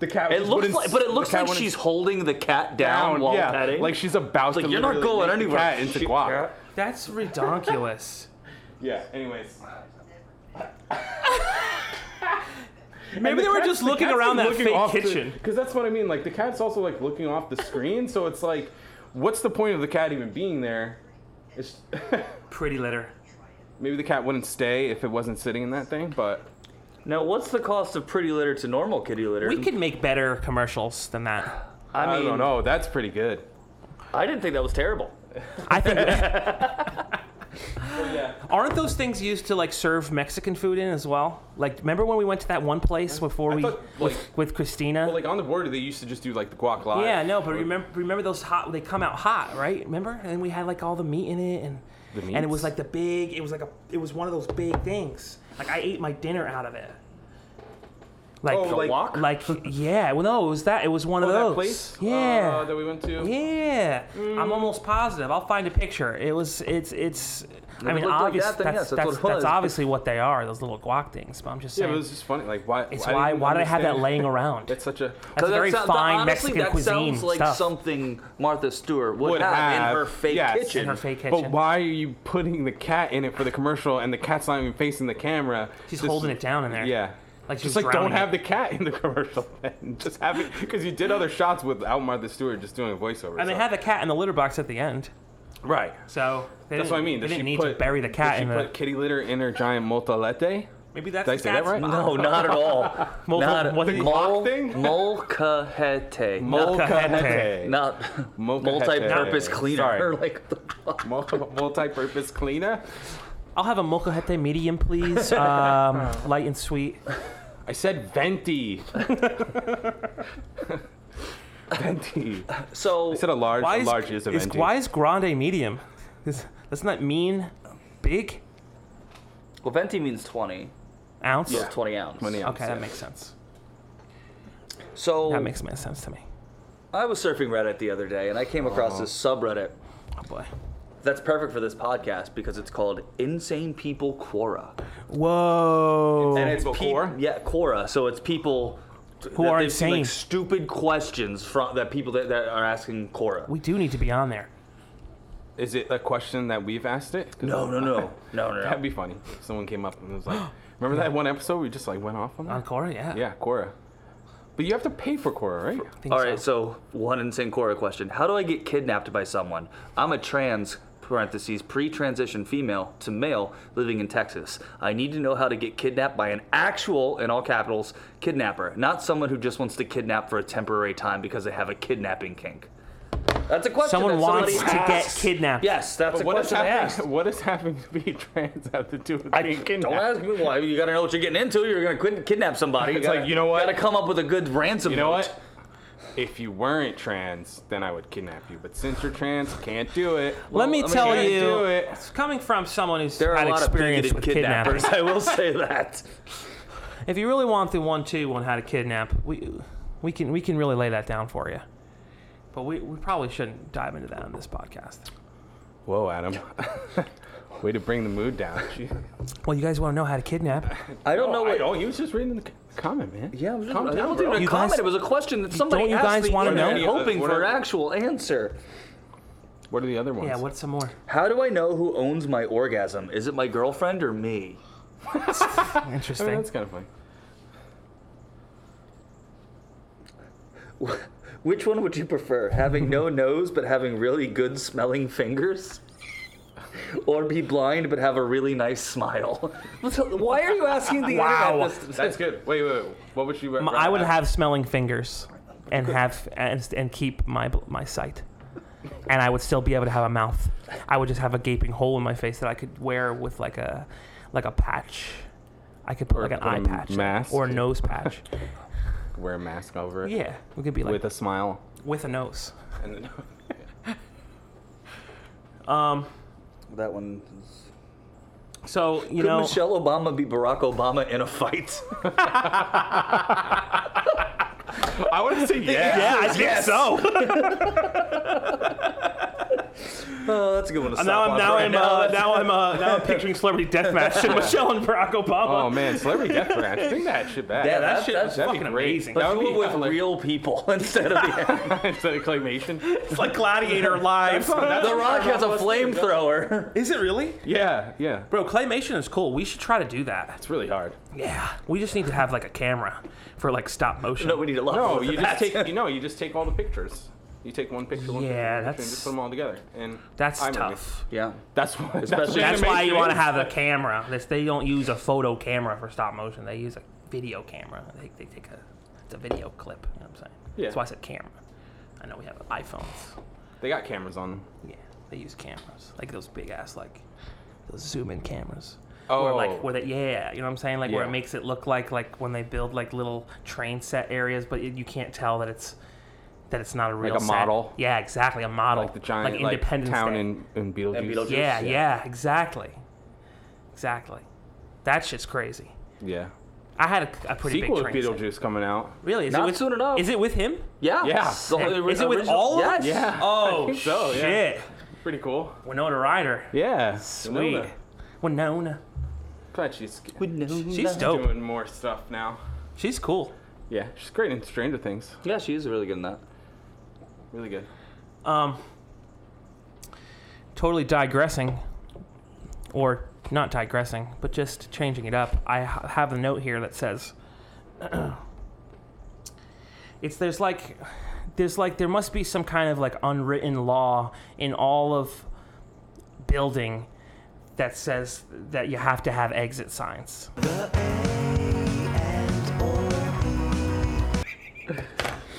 S2: the cat?
S3: It
S2: just
S3: looks
S2: wouldn't
S3: like,
S2: s-
S3: but it
S2: the
S3: looks
S2: cat
S3: like
S2: wouldn't
S3: she's holding the cat down, while
S2: yeah,
S3: petting.
S2: like she's about
S3: like
S2: to.
S3: you're not
S2: literally
S3: going
S2: make the
S3: anywhere.
S2: Cat into
S3: shit
S2: guac.
S3: cat.
S1: That's redonkulous.
S2: Yeah. Anyways.
S1: Maybe they were just looking around that fake kitchen.
S2: Because that's what I mean. Like the cat's also like looking off the screen, so it's like, what's the point of the cat even being there? It's
S1: Pretty litter.
S2: maybe the cat wouldn't stay if it wasn't sitting in that thing, but
S3: Now, what's the cost of pretty litter to normal kitty litter?
S2: Mm.
S1: We could make better commercials than that.
S3: I
S2: I,
S3: mean,
S2: don't know. That's pretty good.
S3: I didn't think that was terrible.
S1: I think.
S2: Yeah.
S1: Aren't those things used to like serve Mexican food in as well? Like, remember when we went to that one place before
S2: I
S1: we
S2: thought,
S1: with,
S2: like-
S1: with Christina?
S2: But like on the border, they used to just do like the guac live.
S1: yeah, no, but
S2: Or-
S1: remember, remember those hot? They come out hot, right? Remember? And we had like all the meat in it, and
S2: The
S1: and it was
S2: meats?
S1: like the big. It was like a. It was one of those big things. Like I ate my dinner out of it. Like,
S2: Oh, like-
S3: walk?
S1: like yeah. Well, no, it was that. It was one
S2: Oh,
S1: of
S2: that
S1: those.
S2: place.
S1: Yeah.
S2: uh, that we went to.
S1: Yeah,
S3: Mm.
S1: I'm almost positive. I'll find a picture. It was, it's, it's. I
S3: it
S1: mean,
S3: looked like
S1: obvious.
S3: that, then
S1: that's,
S3: yes, that's
S1: that's,
S3: what it was.
S1: that's obviously what they are. Those little guac things. But I'm just
S2: Yeah,
S1: saying,
S2: but it was just funny. Like why?
S1: it's why.
S2: didn't
S1: Why did I have that
S2: understand-
S1: laying around?
S2: That's such a.
S1: that's a
S3: That
S1: very
S3: sound- that-
S1: fine
S3: honestly,
S1: Mexican
S3: that
S1: cuisine
S3: sounds like
S1: stuff.
S3: something Martha Stewart would,
S2: Would
S3: have,
S2: have,
S3: in her fake
S2: yes.
S3: kitchen.
S1: in her fake kitchen.
S2: But why are you putting the cat in it for the commercial and the cat's not even facing the camera?
S1: She's
S2: Just-
S1: holding it down in there.
S2: Yeah.
S1: Like she
S2: just
S1: was
S2: like don't
S1: drowning
S2: have
S1: it.
S2: the cat in the commercial then. Just have it because you did other shots without Martha Stewart just doing a voiceover.
S1: And they
S2: so-
S1: had the cat in the litter box at the end,
S2: right.
S1: so they
S2: That's
S1: didn't-
S2: what I mean.
S1: They
S2: Did
S1: didn't
S2: she
S1: need
S2: put,
S1: to bury the cat
S2: did
S1: in
S2: she
S1: the.
S2: put kitty litter in her giant moltalete?
S1: Maybe that's
S2: Did I
S1: the
S2: say that
S1: cat's
S2: right?
S1: mom.
S3: No, not at all.
S1: Mol-
S3: not
S1: what- The
S2: Glock thing?
S3: Molcajete.
S1: Molcajete.
S3: Not
S2: Molcajete.
S3: multi-purpose cleaner.
S2: Sorry.
S3: Like the fuck?
S2: Mul- Multi-purpose cleaner.
S1: I'll have a molcajete medium, please. Um, light and sweet.
S2: I said venti. venti. I
S3: So
S2: said a large.
S1: Why
S2: a
S1: is,
S2: large is a
S1: is
S2: venti.
S1: why is grande medium? Is, doesn't that mean big
S3: well, venti means twenty.
S1: ounce?
S3: So it's twenty ounce.
S2: 20 ounce.
S1: Okay, that
S2: Yeah.
S1: makes sense.
S3: So
S1: That makes more sense to me.
S3: I was surfing Reddit the other day, and I came across this subreddit
S1: Oh boy.
S3: that's perfect for this podcast because it's called "Insane People Quora."
S1: Whoa.
S2: And it's
S3: Pe-
S2: before.
S3: yeah, Quora. So it's people
S1: Who
S3: that
S1: are
S3: they've seen,
S1: insane.
S3: Like, stupid questions from that people that, that are asking Quora.
S1: we do need to be on there.
S2: Is it a question that we've asked it? 'Cause
S3: no, no, no, no, no,
S2: That'd
S3: no.
S2: be funny. If someone came up and was like, "Remember that one episode we just like went off on?"
S1: On
S2: That?
S1: Cora, yeah.
S2: Yeah, Quora. But you have to pay for Quora, right?
S1: I think
S3: All
S1: so.
S3: right, so one insane Quora question: How do I get kidnapped by someone? I'm a trans (parentheses pre-transition female to male) living in Texas. I need to know how to get kidnapped by an actual (in all capitals) kidnapper, not someone who just wants to kidnap for a temporary time because they have a kidnapping kink. That's a question.
S1: Someone
S3: that
S1: wants to
S3: somebody
S1: get
S3: asks.
S1: kidnapped.
S3: Yes, that's a
S2: What is
S3: question I asked.
S2: happening? What is happening to be trans have to do with
S3: I,
S2: being
S3: don't
S2: kidnapped?
S3: ask me why. You gotta know what you're getting into. You're gonna quit, kidnap somebody. You
S2: It's
S3: gotta,
S2: like, you know what?
S3: Gotta come up with a good ransom.
S2: You know
S3: note.
S2: what? If you weren't trans, then I would kidnap you. But since you're trans, can't do it.
S1: Let me
S3: I mean,
S1: tell
S2: can't
S1: you,
S2: do it.
S1: it's coming from someone who's
S3: There are
S1: had
S3: a lot of
S1: experience with
S3: bigoted
S1: kidnapping.
S3: kidnappers. I will say that.
S1: If you really want the one two on how to kidnap, we we can we can really lay that down for you. But we, we probably shouldn't dive into that on this podcast.
S2: Whoa, Adam. Way to bring the mood down. Gee.
S1: Well, you guys want to know how to kidnap?
S3: I don't know
S2: I
S3: what.
S2: don't. He was just reading the c- comment, man.
S3: Yeah, I was just,
S2: Calm
S3: I
S2: down,
S3: don't
S2: bro.
S3: even a
S1: You
S3: comment.
S1: guys-
S3: it was a question that somebody
S1: you
S3: asked
S1: guys
S3: me,
S1: wanna
S3: and I'm
S2: know?
S3: hoping for
S2: Whatever.
S3: an actual answer.
S2: What are the other ones?
S1: Yeah, what's some more?
S3: How do I know who owns my orgasm? Is it my girlfriend or me?
S2: I
S1: Interesting.
S2: mean, that's kind of funny.
S3: Which one would you prefer? Having no nose but having really good smelling fingers? Or be blind but have a really nice smile? So Why are you asking the
S1: Wow.
S3: internet this?
S2: That's good. Wait, wait, wait. What would you?
S1: My- I would have smelling fingers and have and, and keep my bl- my sight. And I would still be able to have a mouth. I would just have a gaping hole in my face that I could wear with like a like a patch. I could put like an
S2: put a
S1: eye patch
S2: mask.
S1: or a nose patch.
S2: wear a mask over it.
S1: yeah, we could be like
S2: With a smile.
S1: with a nose.
S2: And then,
S3: That one.
S1: So you
S3: Could
S1: know,
S3: Michelle Obama be Barack Obama in a fight?
S2: I would say yeah.
S1: yeah, I think so.
S3: Oh, that's a good one to stop
S1: now
S3: on
S1: I'm now
S3: right
S1: I'm
S3: now.
S1: uh,
S3: That's-
S1: now I'm uh, now I'm picturing celebrity deathmatch and Michelle and Barack Obama.
S2: Oh man, celebrity death match. Bring that shit back.
S3: Yeah,
S1: that
S3: that,
S1: shit was
S3: that's
S2: That'd be
S1: fucking
S2: great.
S1: amazing.
S2: That
S3: But
S2: would
S3: do
S2: be
S3: it with
S2: hilarious.
S3: real people instead of the.
S2: instead of claymation.
S1: It's like Gladiator Live.
S3: the Rock has a flamethrower.
S1: Is it really,
S2: Yeah, yeah.
S1: bro? Claymation is cool. We should try to do that.
S2: It's really hard.
S1: Yeah, we just need to have like a camera for like stop motion.
S3: No, we need a lot more
S2: No,
S3: than
S2: you
S3: that.
S2: just take you know you just take all the pictures. You take one picture, one
S1: Yeah,
S2: picture, one picture,
S1: that's-
S2: and just put them all together. And
S1: That's
S2: iMovie.
S1: tough.
S3: Yeah.
S2: That's why. That's,
S3: Especially-
S2: what
S1: That's why you
S2: animation
S1: want to
S2: is.
S1: have a camera. That's- They don't use a photo camera for stop motion. They use a video camera. They, they take a it's a video clip. You know what I'm saying?
S2: Yeah.
S1: That's why I said camera. I know we have iPhones.
S2: They got cameras on them.
S1: Yeah, they use cameras like those big ass like those zoom in cameras.
S2: Oh,
S1: Or like where they yeah, you know what I'm saying? Like where it
S2: Yeah.
S1: makes it look like like when they build like little train set areas, but you you can't tell that it's that it's not a real
S2: a
S1: set.
S2: model?
S1: Yeah, exactly, a model.
S2: like the giant like,
S1: Independence
S2: town
S1: Day.
S2: in in Beetlejuice.
S3: And Beetlejuice.
S1: yeah,
S3: Yeah.
S1: yeah, exactly, exactly. That shit's crazy.
S2: Yeah.
S1: I had a, a pretty
S2: Sequel
S1: big
S2: of
S1: train set.
S2: Beetlejuice coming out.
S1: Really? Is
S3: Not
S1: it with,
S3: soon enough.
S1: Is it with him?
S3: Yeah.
S2: Yeah.
S3: So
S1: Is
S3: ori-
S1: it with
S3: original-
S1: all of them?
S3: Yes.
S2: Yeah. I
S1: Oh
S2: think so, yeah.
S1: shit!
S2: Pretty cool.
S1: Winona Ryder.
S2: Yeah.
S1: Sweet. Winona.
S2: Glad she's
S1: She's dope.
S2: doing more stuff now.
S1: She's cool.
S2: Yeah, she's great in Stranger Things.
S3: Yeah, she is really good in that.
S2: Really good.
S1: Um, totally digressing, or not digressing, but just changing it up. I ha- have a note here that says, "It's there's like, there's like there must be some kind of like unwritten law in all of building that says that you have to have exit signs."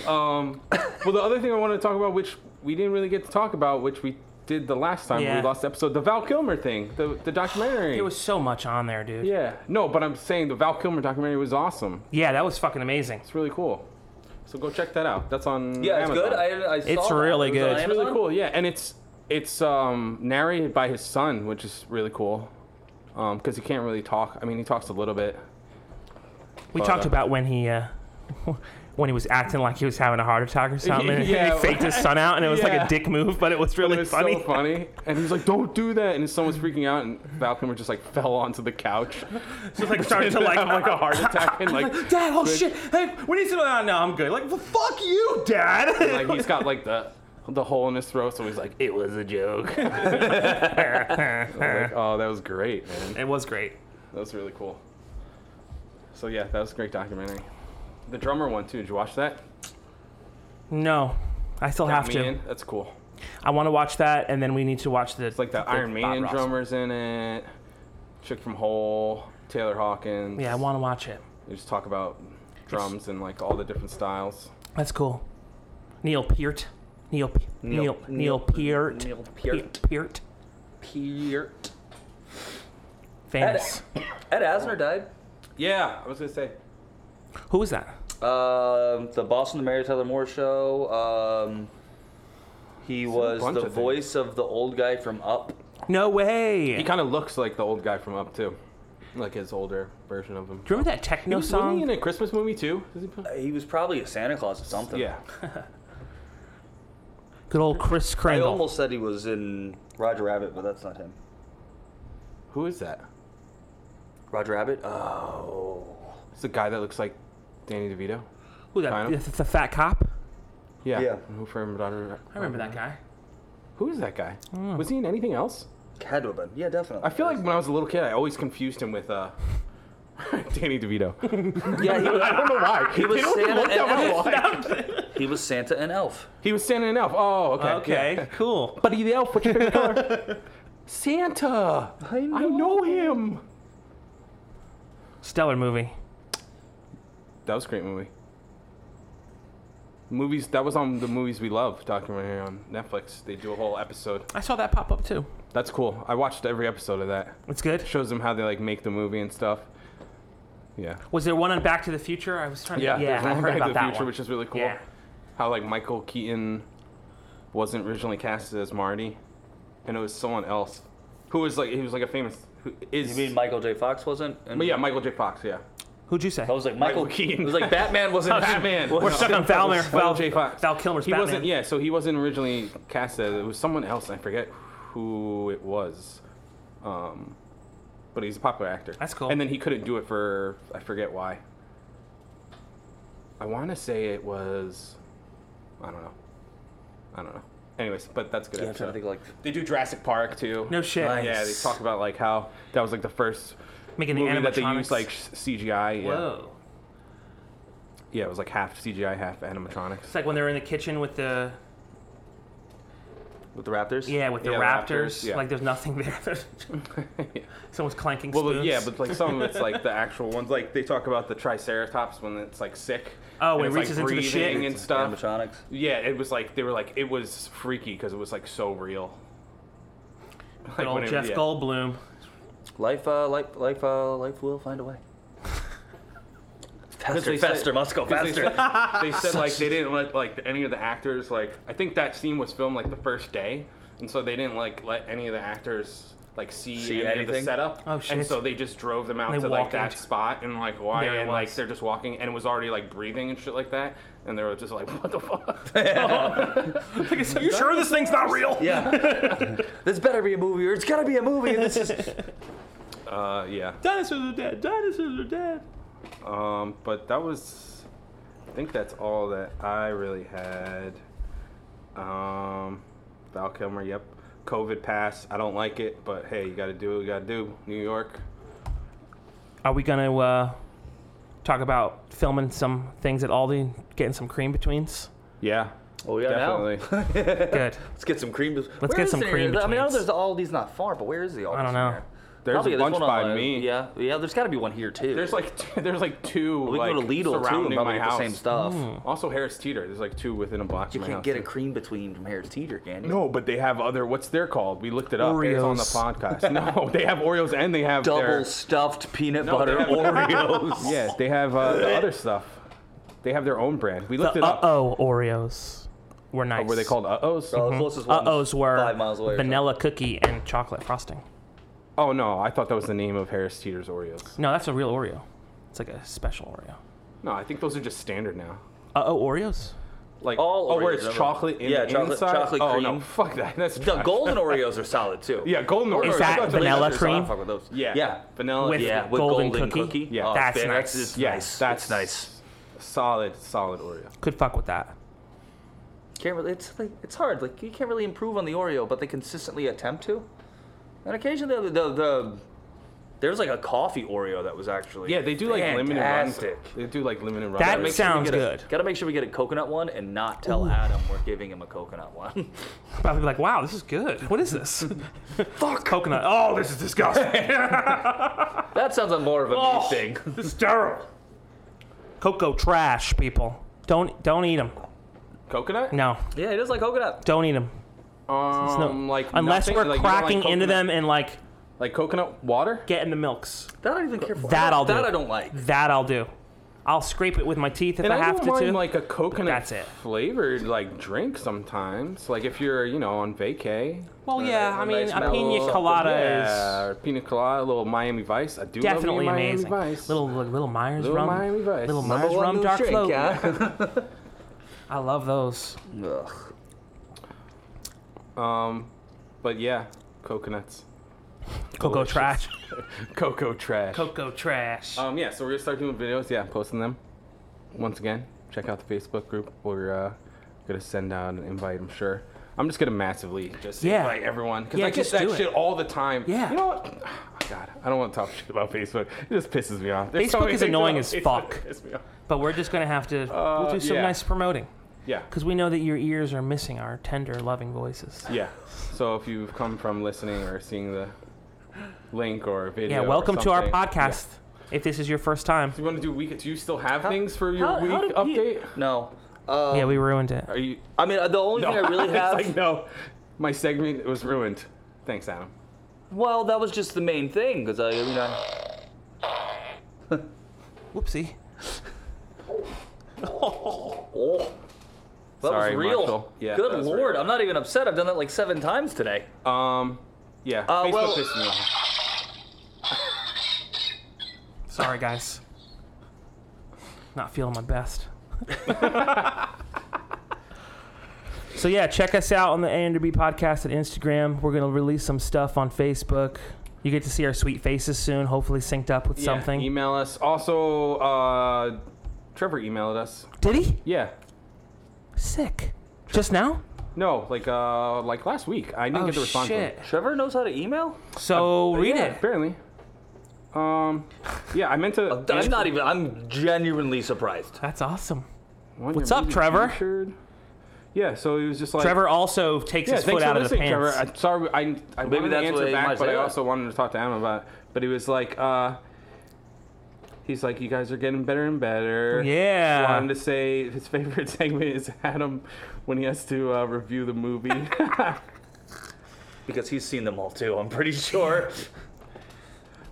S2: Um, well, the other thing I wanted to talk about, which we didn't really get to talk about, which we did the last time
S1: Yeah.
S2: we lost the episode, the Val Kilmer thing, the the documentary.
S1: There was so much on there, dude. Yeah,
S2: yeah, no, but I'm saying the Val Kilmer documentary was awesome.
S1: that was fucking amazing.
S2: It's really cool. So go check that out. That's on
S3: Yeah,
S2: Amazon.
S3: it's good. I, I saw
S1: It's
S3: that.
S1: really
S3: It was on
S1: good. It's
S2: It's really
S3: Amazon?
S2: cool. Yeah, and it's it's um, narrated by his son, which is really cool. Um, because he can't really talk. I mean, he talks a little bit.
S1: We
S2: But,
S1: talked
S2: uh,
S1: about when he uh, when he was acting like he was having a heart attack or something. and
S2: yeah.
S1: he faked his son out, and it was like
S2: Yeah.
S1: a dick move, but it was really
S2: It was
S1: funny.
S2: so funny, and he's like, "Don't do that!" And his son was freaking out, and Val Kilmer just like fell onto the couch.
S1: Just like started to like,
S2: have like a heart attack and like
S1: Dad, oh
S2: switch.
S1: shit! Hey, we need to. Oh, no, I'm good. Like, well, fuck you, Dad.
S2: like he's got like the the hole in his throat, so he's like, "It was a joke." I was
S1: Uh-huh.
S2: like, oh, that was great, man.
S1: it was great.
S2: That was really cool. So yeah, that was a great documentary. The drummer one too. Did you watch that?
S1: No, I still have
S2: Me
S1: to.
S2: In? That's cool.
S1: I want to watch that, and then we need to watch the.
S2: It's like the
S1: the
S2: Iron
S1: Bob
S2: Maiden
S1: Ross.
S2: drummers in it. Chick from Hole, Taylor Hawkins.
S1: Yeah, I want to watch it.
S2: They just talk about drums and like all the different styles.
S1: That's cool. Neil Peart. Neil. Pe-
S3: Neil-
S1: Neil.
S3: Neil-
S1: Neil Peart.
S3: Neil Peart.
S1: Pe- Peart.
S3: Peart.
S1: Famous.
S3: Ed Asner died.
S2: Yeah, I was gonna say
S1: Who was that?
S3: Um, the Boston, the Mary Tyler Moore Show. Um, he was
S2: bunch
S3: the
S2: of things.
S3: voice of the old guy from Up.
S1: No way.
S2: He kind of looks like the old guy from Up too, like his older version of him.
S1: Do you remember that techno
S2: was, wasn't he
S1: song?
S2: in a Christmas movie too? Is he-
S3: He was probably a Santa Claus or something.
S2: Yeah.
S1: Good old Chris
S3: I
S1: Kringle.
S3: almost said he was in Roger Rabbit, but that's not him.
S2: Who is that?
S3: Roger Rabbit? Oh.
S2: It's the guy that looks like Danny DeVito.
S1: Who that?
S2: Kind of.
S1: The, the fat cop.
S2: Yeah.
S3: Yeah.
S2: Who from Roger?
S1: I remember that guy.
S2: Who is that guy? Was he in anything else?
S3: Had to have been. Yeah, definitely.
S2: I feel like when I was a little kid, I always confused him with uh, Danny DeVito.
S3: yeah, he was,
S2: I don't know why.
S3: he was
S2: They don't
S3: Santa
S2: look
S3: and
S2: that much
S3: Elf.
S2: alike.
S3: He was Santa and Elf.
S2: He was Santa and Elf. Oh, okay.
S1: Okay,
S2: yeah.
S1: cool.
S2: Buddy the Elf, what's your favorite color? Santa. I know, him.
S1: Stellar movie.
S2: That was a great movie. Movies that was on the movies we love documentary on Netflix. They do a whole episode.
S1: I saw that pop up too.
S2: That's cool. I watched every episode of that.
S1: It's good.
S2: Shows them how they like make the movie and stuff. Yeah.
S1: Was there one on Back to the Future? I was trying to.
S2: Yeah.
S1: yeah
S2: there's
S1: I
S2: one
S1: heard
S2: Back
S1: about
S2: to the
S1: that
S2: Future,
S1: one.
S2: which is really cool.
S1: Yeah.
S2: How like Michael Keaton wasn't originally casted as Marty, and it was someone else who was like he was like a famous who
S3: You
S2: is.
S3: mean Michael J. Fox wasn't? And
S2: but yeah, Michael J. Fox. Yeah.
S1: Who'd you say?
S3: I was like Michael,
S2: Michael Keaton.
S3: It was like Batman wasn't
S2: Batman.
S3: was-
S1: We're stuck on Val, Mer- Val,
S2: Michael J. Fox.
S1: Val Kilmer's
S2: he
S1: Batman.
S2: wasn't. Yeah. So he wasn't originally cast as. It was someone else. I forget who it was. Um, but he's a popular actor.
S1: That's cool.
S2: And then he couldn't do it for I forget why. I want to say it was. I don't know. I don't know. Anyways, but that's a good.
S3: Yeah, I'm trying
S2: episode.
S3: to think like
S2: They do Jurassic Park too.
S1: No shit.
S3: Nice.
S2: Yeah, they talk about like how that was like the first
S1: Making the
S2: movie
S1: animatronics.
S2: that they used like CGI. Yeah.
S1: Whoa.
S2: Yeah, it was like half CGI, half animatronics.
S1: It's like when they were in the kitchen with the
S3: with the Raptors.
S1: yeah with the
S2: Yeah, the
S1: raptors.
S2: raptors, yeah.
S1: Like there's nothing there. Someone's clanking
S2: Well,
S1: spoons.
S2: yeah, but like some of it's like the actual ones. Like they talk about the Triceratops when it's like sick.
S1: Oh, when
S2: and
S1: it
S2: it's,
S1: reaches into the shit?
S2: breathing and stuff.
S3: Animatronics.
S2: Yeah, it was like they were like it was freaky because it was like so real.
S1: Good
S2: Like,
S1: old
S2: when it-
S1: Jeff
S2: yeah.
S1: Goldblum.
S3: Life, uh, life, life, uh, life will find a way.
S2: they
S3: Faster,
S2: said-
S3: faster, must go
S2: 'Cause they said-
S3: faster.
S2: They said like they didn't let like any of the actors like I think that scene was filmed like the first day, and so they didn't like let any of the actors like see,
S3: See
S2: any of
S3: anything?
S2: the setup.
S1: Oh, shit.
S2: And so they just drove them out
S1: They
S2: to like
S1: walked
S2: that
S1: into-
S2: spot and like why
S1: There it
S2: and like
S1: was.
S2: they're just walking and it was already like breathing and shit like that, and they were just like what the fuck.
S1: Like, Are you sure this thing's not real?
S3: yeah. this better be a movie, or it's gotta be a movie. This is.
S2: Uh, yeah.
S1: Dinosaurs are dead. Dinosaurs are dead.
S2: Um, but that was, I think that's all that I really had. Um, Val Kilmer, yep. COVID pass. I don't like it, but hey, you got to do what you got to do. New York.
S1: Are we gonna uh, talk about filming some things at Aldi, getting some cream betweens?
S2: Yeah.
S3: Oh yeah,
S2: Definitely.
S1: Good.
S3: Let's get some cream. Let's
S1: get some cream
S3: I mean, I know
S1: betweens.
S3: there's the Aldi's not far, but where is the Aldi's?
S1: I don't
S3: in
S1: know.
S3: here?
S2: There's
S3: Probably
S2: a
S3: there's
S2: bunch
S3: one on
S2: by
S3: the-
S2: me.
S3: Yeah, yeah. There's got to be one here too.
S2: There's like two, there's like two
S3: we
S2: like
S3: can go to Lidl too and
S2: surrounding my
S3: probably get the
S2: house.
S3: same stuff.
S2: Also Harris Teeter. There's like two within a block. of
S3: You
S2: my
S3: can't
S2: house,
S3: get a
S2: too.
S3: cream between from Harris Teeter, can you?
S2: No, but they have other. What's they're called? We looked it up. It was on the
S1: Oreos.
S2: podcast. No, they have Oreos and they have
S3: Double
S2: their,
S3: stuffed peanut
S2: No, they
S3: butter
S2: have-
S3: Oreos.
S2: Yeah, they have uh, the other stuff. They have their own brand. We looked
S1: The
S2: it up.
S1: uh-oh Oreos were nice.
S2: Were they called uh ohs?
S1: Uh-huh.
S3: Oh, the closest one's
S1: Uh-ohs were
S3: five miles away. or
S1: vanilla cookie and chocolate frosting.
S2: Oh no, I thought that was the name of Harris Teeter's Oreos.
S1: No, that's a real Oreo. It's like a special Oreo.
S2: No, I think those are just standard now.
S1: Uh-oh Oreos?
S2: Like
S3: All
S2: oh, where
S3: Oreos,
S2: it's
S3: remember?
S2: chocolate in
S3: Yeah,
S2: the
S3: chocolate-
S2: inside.
S3: chocolate
S2: oh no,
S3: cream.
S2: fuck that. That's
S3: something. The
S2: trash.
S3: golden Oreos are solid too.
S2: Yeah, golden Oreos.
S1: Is
S2: I
S1: that
S2: thought
S1: vanilla
S2: those were-
S1: cream?
S3: I fuck with those.
S2: Yeah.
S3: yeah,
S2: Vanilla.
S1: With-
S2: yeah.
S3: yeah, with
S1: golden
S3: golden,
S1: cookie?
S3: cookie.
S2: Yeah.
S3: Oh,
S1: That's
S3: man,
S1: nice.
S3: just
S2: Yeah,
S3: nice.
S2: that's
S3: It's nice.
S2: Solid, solid Oreo.
S1: Could fuck with that.
S3: Can't really, it's like, it's hard. Like you can't really improve on the Oreo, but they consistently attempt to. And occasionally the the, the there's like a coffee Oreo that was actually
S2: Yeah, they do like limited runs.
S3: fantastic.
S2: They do like limited runs.
S1: That
S2: makes
S1: sounds
S2: me get a-
S1: good.
S3: Gotta make sure we get a coconut one and not tell Adam we're giving him a coconut one.
S1: Probably be like, wow, this is good. What is this? Fuck. Coconut. Oh, this is disgusting.
S3: that sounds like more of a me
S1: Oh.
S3: thing.
S1: this is terrible. Cocoa trash, people. Don't don't eat them.
S2: Coconut?
S1: No,
S3: Yeah, it is like coconut.
S1: don't eat them.
S2: Um, like
S1: Unless
S2: nothing-
S1: we're
S2: like, you don't like
S1: cracking into
S2: coconut-
S1: them and like
S2: Like coconut water?
S1: getting the milks.
S3: That I don't even care for.
S1: That I'll do.
S3: That I don't like.
S1: That I'll do. I'll scrape it with my teeth if
S2: And
S1: I,
S2: I,
S1: have
S2: don't
S1: to.
S2: mind
S1: too.
S2: like a coconut
S1: that's it.
S2: flavored like drink sometimes. Like if you're you know on vacay.
S1: well, yeah. I
S3: a
S1: mean,
S3: nice
S1: a pina
S3: mellow-
S1: colada
S2: yeah,
S1: is
S2: or pina colada, a little Miami Vice. I do
S1: definitely
S2: love me a Miami
S1: amazing.
S2: Vice.
S1: Little little Myers
S2: Little
S1: rum,
S2: Miami Vice.
S1: little
S2: Number
S1: Myers
S3: One
S1: rum
S3: new
S1: dark
S3: drink,
S1: float.
S3: yeah?
S1: I love those.
S3: Ugh.
S2: Um, but yeah, coconuts,
S1: Cocoa
S2: Delicious.
S1: trash.
S2: cocoa trash.
S1: Cocoa trash.
S2: um, yeah. So we're gonna start doing videos. Yeah, posting them. Once again, check out the Facebook group. We're uh, gonna send out an invite. I'm sure. I'm just gonna massively just
S1: Yeah.
S2: invite everyone because
S1: Yeah,
S2: I get
S1: just
S2: that
S1: do it.
S2: shit all the time.
S1: Yeah.
S2: You know what? God, I don't want to talk shit about Facebook. It just pisses me off. There's so
S1: Facebook
S2: many
S1: is
S2: things
S1: annoying
S2: on
S1: as
S2: Facebook
S1: fuck.
S2: that piss me off.
S1: But we're just gonna have to. we'll
S2: Uh,
S1: do some
S2: yeah.
S1: nice promoting
S2: Yeah.
S1: because we know that your ears are missing our tender, loving voices.
S2: Yeah. So if you've come from listening or seeing the link or video,
S1: Yeah.
S2: or
S1: welcome to our
S2: something,
S1: podcast. If this is your first time,
S2: Do you want to do week? Do you still have things for your
S3: how-
S2: week
S3: how did you-
S2: update?
S3: No.
S2: Um,
S3: Uh,
S1: yeah, we ruined it.
S2: Are you?
S3: I mean, uh, the only thing I really
S2: It's
S3: have.
S2: like, no, my segment was ruined. Thanks, Adam.
S3: Well, that was just the main thing because I, you know,
S1: Whoopsie.
S3: oh, that
S2: Sorry,
S3: was real.
S2: Marshall. Yeah,
S3: Good
S2: that was
S3: lord,
S2: real.
S3: I'm not even upset. I've done that like seven times today.
S2: Um, yeah.
S3: Uh,
S2: Facebook
S3: well-
S2: pissed me off.
S1: Sorry, guys. Not feeling my best. so yeah, check us out on the A and B podcast at Instagram. We're gonna release some stuff on Facebook. You get to see our sweet faces soon. Hopefully, synced up with
S2: Yeah,
S1: something.
S2: Email us. Also, uh, Trevor emailed us.
S1: Did he?
S2: Yeah.
S1: Sick. Just now?
S2: No, like uh, like last week. I didn't
S1: Oh
S2: get the response.
S1: shit. Oh,
S3: Trevor knows how to email.
S1: So read
S2: Yeah,
S1: it.
S2: apparently. Um, yeah, I meant to.
S3: I'm not even. I'm genuinely surprised.
S1: That's awesome.
S2: Wonder
S1: What's up,
S2: maybe
S1: Trevor?
S2: featured. Yeah, so he was just like
S1: Trevor also takes
S2: Yeah,
S1: his
S2: thanks
S1: foot
S2: for
S1: out of the
S2: listening,
S1: pants.
S2: Trevor. I'm sorry, I, I
S3: Maybe
S2: wanted to
S3: that's what
S2: answer
S3: he
S2: back,
S3: might
S2: but
S3: say
S2: I
S3: that.
S2: also wanted to talk to Adam about. It. But he was like, uh, he's like, you guys are getting better and better.
S1: Yeah.
S2: Just wanted to say his favorite segment is Adam when he has to uh, review the movie.
S3: Because he's seen them all too, I'm pretty sure.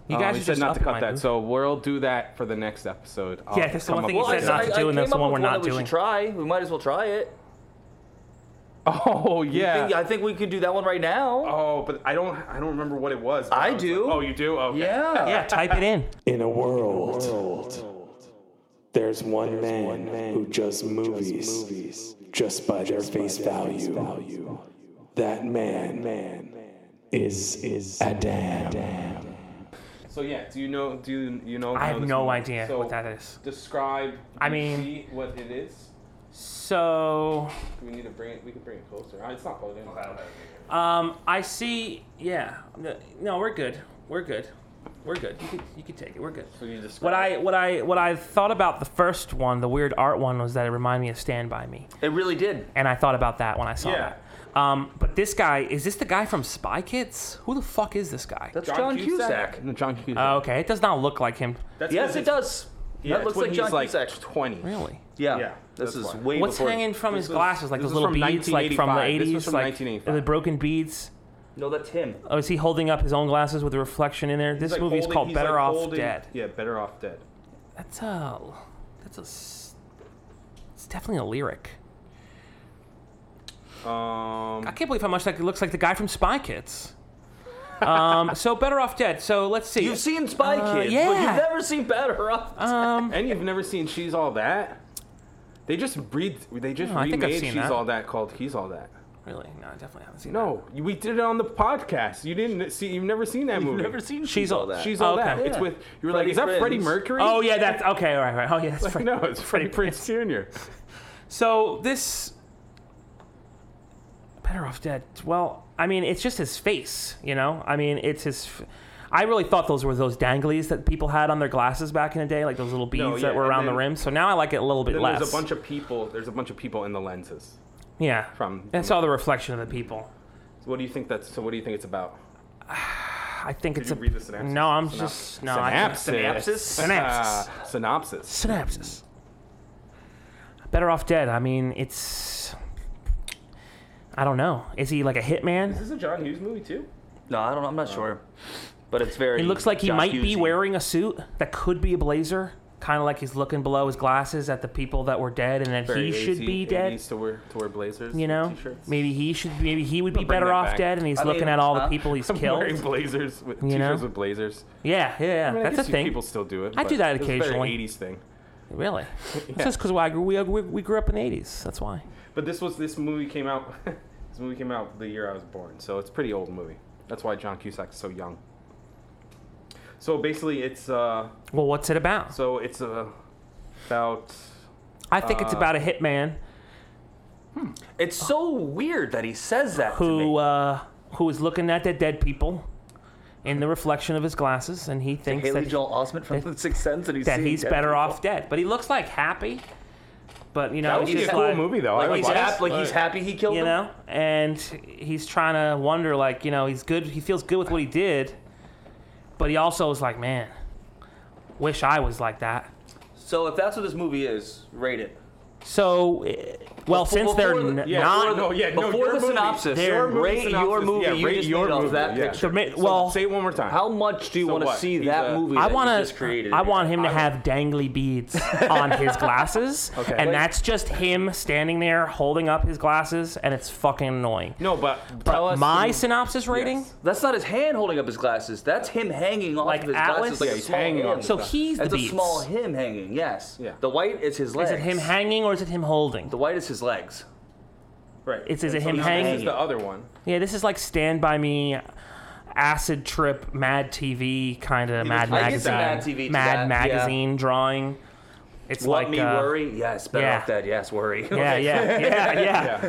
S1: You
S2: Um,
S1: guys
S2: he
S1: are
S2: said
S1: just
S2: not to
S1: upping my
S2: cut that,
S1: mood.
S2: so we'll do that for the next episode. I'll
S1: Yeah, that's the one
S2: come up
S1: thing he
S2: with
S1: said
S2: that.
S1: not to do, and that's
S3: came
S1: the
S3: up
S1: one
S3: with
S1: we're not
S3: that We
S1: doing.
S3: should try. We might as well try it.
S2: Oh
S3: You
S2: yeah.
S3: think- I think we could do that one right now.
S2: oh, but I don't. I don't remember what it was. but
S3: I
S2: was
S3: do.
S2: like, oh, you do. Okay.
S3: yeah.
S1: Yeah, type it in.
S4: In a world, there's one man, who does movies, just by their face value. That man, is, is Adam.
S2: So yeah, do you know? Do you, you know?
S1: I have
S2: know this
S1: no
S2: movie?
S1: idea
S2: So
S1: what that is.
S2: Describe.
S1: I
S2: do you
S1: mean-
S2: see what it is.
S1: So
S2: Do we need to bring it? We can bring it closer. Uh, It's not plugged in.
S1: Um, I see. Yeah. No, we're good. We're good. We're good. You could, you could take it. We're good.
S2: So you describe
S1: What I
S2: it.
S1: what I what I thought about the first one, the weird art one, was that it reminded me of Stand by Me,
S3: It really did.
S1: and I thought about that when I saw
S2: Yeah.
S1: that. Um, but this guy is this the guy from Spy Kids? Who the fuck is this guy?
S3: That's John, Cusack.
S2: No, John Cusack.
S1: okay, it does not look like him.
S2: That's
S3: Yes,
S2: 'cause
S3: it
S2: it's-
S3: does.
S2: Yeah,
S3: that
S2: it's
S3: looks
S2: when
S3: like
S2: he's
S3: John
S2: like
S3: Cusack.
S2: Twenty.
S1: Really?
S3: Yeah.
S2: Yeah,
S3: This
S2: that's
S3: is
S2: why.
S3: way
S1: What's
S3: before.
S1: hanging from his
S2: was-
S1: glasses? Like
S2: this
S1: those
S2: was
S1: little
S2: from
S1: beads, like from the
S2: 1985. This was
S1: eighties,
S2: from
S1: like
S2: 1985.
S1: the broken beads.
S3: No, that's him.
S1: Oh, is he holding up his own glasses with a reflection in there?
S2: He's
S1: This
S2: like
S1: movie is
S2: holding-
S1: called
S2: he's
S1: Better
S2: like
S1: Off
S2: holding-
S1: Dead.
S2: Yeah, Better Off Dead.
S1: That's a. That's a. s- It's definitely a lyric.
S2: Um,
S1: I can't believe how much that looks like the guy from Spy Kids. Um, so better off dead. So let's see. Uh,
S3: You've seen Spy Kids, but
S1: yeah.
S3: you've never seen Better Off.
S1: Um,
S2: and you've never seen She's All That? They just read. They just
S1: No, Oh, I think I've
S2: remade
S1: seen
S2: She's
S1: that.
S2: All That called He's All That.
S1: really? No, I definitely haven't seen.
S2: No, you- we did it on the podcast. You didn't see. You've never seen that
S3: You've
S2: movie.
S3: never seen
S1: She's
S3: She's
S1: all-
S3: All That.
S2: She's
S1: Oh,
S2: all
S1: okay.
S2: that. It's
S3: Yeah.
S2: with you were like,
S3: Freddie
S2: is that Freddie
S3: Prinze.
S2: Mercury?
S1: That. Oh yeah, that's okay. All right, right. Oh yeah, that's right.
S2: no, it's Freddie Prince Jr.
S1: So this. Better off dead. Well, I mean, it's just his face. You know, I mean, it's his. F- I really thought those were those danglies that people had on their glasses back in the day, like those little beads
S2: No, yeah,
S1: that were
S2: and
S1: around the
S2: then-
S1: rim. So now I like it a little bit
S2: Then
S1: less.
S2: there's a bunch of people. There's a bunch of people in the lenses.
S1: Yeah.
S2: from-
S1: That's all the reflection of the people.
S2: So what do you think that's? So what do you think it's about?
S1: I think it's
S2: you
S1: a
S2: read the synopsis?
S1: No, I'm
S2: Synopsis.
S1: just no. I can't-
S3: Synapses?
S1: Synapses.
S2: Uh, synopsis.
S1: synapses. Better off dead. I mean, it's. I don't know. Is he like a hitman?
S2: Is this a John Hughes movie too?
S3: No, I don't. Oh. I'm not sure. But it's very.
S1: It looks like he
S3: John
S1: might be
S3: Hughesy.
S1: wearing a suit that could be a blazer, kind of like he's looking below his glasses at the people that were dead, and that
S2: Very
S1: he should
S2: 80s
S1: be dead.
S2: To wear, to wear blazers.
S1: You know,
S2: T-shirts.
S1: maybe he should. Maybe he would be
S2: bring
S1: better
S2: that
S1: off
S2: back.
S1: dead, and he's
S3: I
S1: looking
S3: mean,
S1: at all the
S3: huh?
S1: people he's
S2: I'm
S1: killed.
S2: wearing blazers with
S1: You
S2: t-shirts
S1: know?
S2: with blazers.
S1: Yeah, yeah, yeah.
S2: I mean, I
S1: that's
S2: guess
S1: a
S2: you-
S1: thing.
S2: People still do it.
S1: I do
S2: but
S1: that
S2: it was very
S1: occasionally.
S2: 80s thing.
S1: Really? That's just because why we, we we grew up in the '80s. That's why.
S2: But this was this movie came out. this movie came out the year I was born, so it's a pretty old movie. That's why John Cusack's so young. So basically, it's uh,
S1: Well, what's it about?
S2: so it's uh, about
S1: I think it's
S2: uh,
S1: about a hitman
S3: It's so weird that he says that to
S1: who
S3: me.
S1: uh, who is looking at the dead people in the reflection of his glasses, and he thinks
S3: Haley
S1: that,
S3: Joel Osment from The Sixth Sense, and he's
S1: that
S3: seeing
S1: he's
S3: dead
S1: better
S3: people.
S1: off dead. But he looks like happy. But you know,
S2: That would
S1: he's
S2: be a
S1: just
S2: cool
S1: like-
S2: movie though. I
S3: Like
S2: would
S3: he's,
S2: watch
S3: hap-
S2: it.
S3: like he's happy he killed
S1: you
S3: them.
S1: know, and he's trying to wonder, like, you know, he's good. He feels good with what he did, but he also is like, man, wish I was like that.
S3: So if that's what this movie is, rate it.
S1: So, eh, well,
S3: Before-
S1: since they're
S3: before the-
S1: n-
S3: yeah,
S1: not,
S2: no, yeah, no,
S3: Before
S2: your
S3: the
S2: movie.
S3: synopsis,
S1: Their
S3: rate
S1: movie
S3: your
S2: synopsis.
S3: movie
S2: Yeah,
S3: you
S2: rate
S3: just
S2: your
S3: made off
S2: movie,
S3: that
S2: yeah.
S3: picture.
S1: the ma-
S2: So
S1: well,
S2: say it one more time.
S3: How much do you
S2: So
S3: want to
S2: what?
S3: see
S2: He's
S3: that
S2: a-
S3: movie
S1: I
S3: that
S1: want
S3: you just created?
S1: to. I want him to have dangly beads on his glasses,
S2: Okay.
S1: and
S2: Wait.
S1: that's just him standing there holding up his glasses, and it's fucking annoying.
S2: No, but,
S1: But
S2: tell us
S1: my
S2: who-
S1: synopsis rating.
S2: Yes.
S3: That's not his hand holding up his glasses. That's him hanging off
S1: Like
S3: of his
S1: Atlas?
S3: glasses like
S1: Yeah,
S3: a
S2: he's
S3: small
S2: hanging
S3: hand.
S2: on
S1: So he's the
S3: That's a
S1: beads.
S3: small him hanging. Yes.
S2: Yeah.
S3: The white is his legs.
S1: Is it him hanging or is it him holding?
S3: The white is his legs.
S2: Right.
S1: It's is it him
S2: this
S1: hanging?
S2: is the other one.
S1: Yeah, this is like Stand By Me, acid trip, Mad TV kind of Mad
S3: I get
S1: Magazine,
S3: some Mad TV to
S1: Mad
S3: that,
S1: Magazine drawing. It's
S3: What
S1: like
S3: me
S1: uh,
S3: worry? Yes. Better
S1: yeah.
S3: off dead. Yes, worry.
S1: Yeah, yeah, yeah,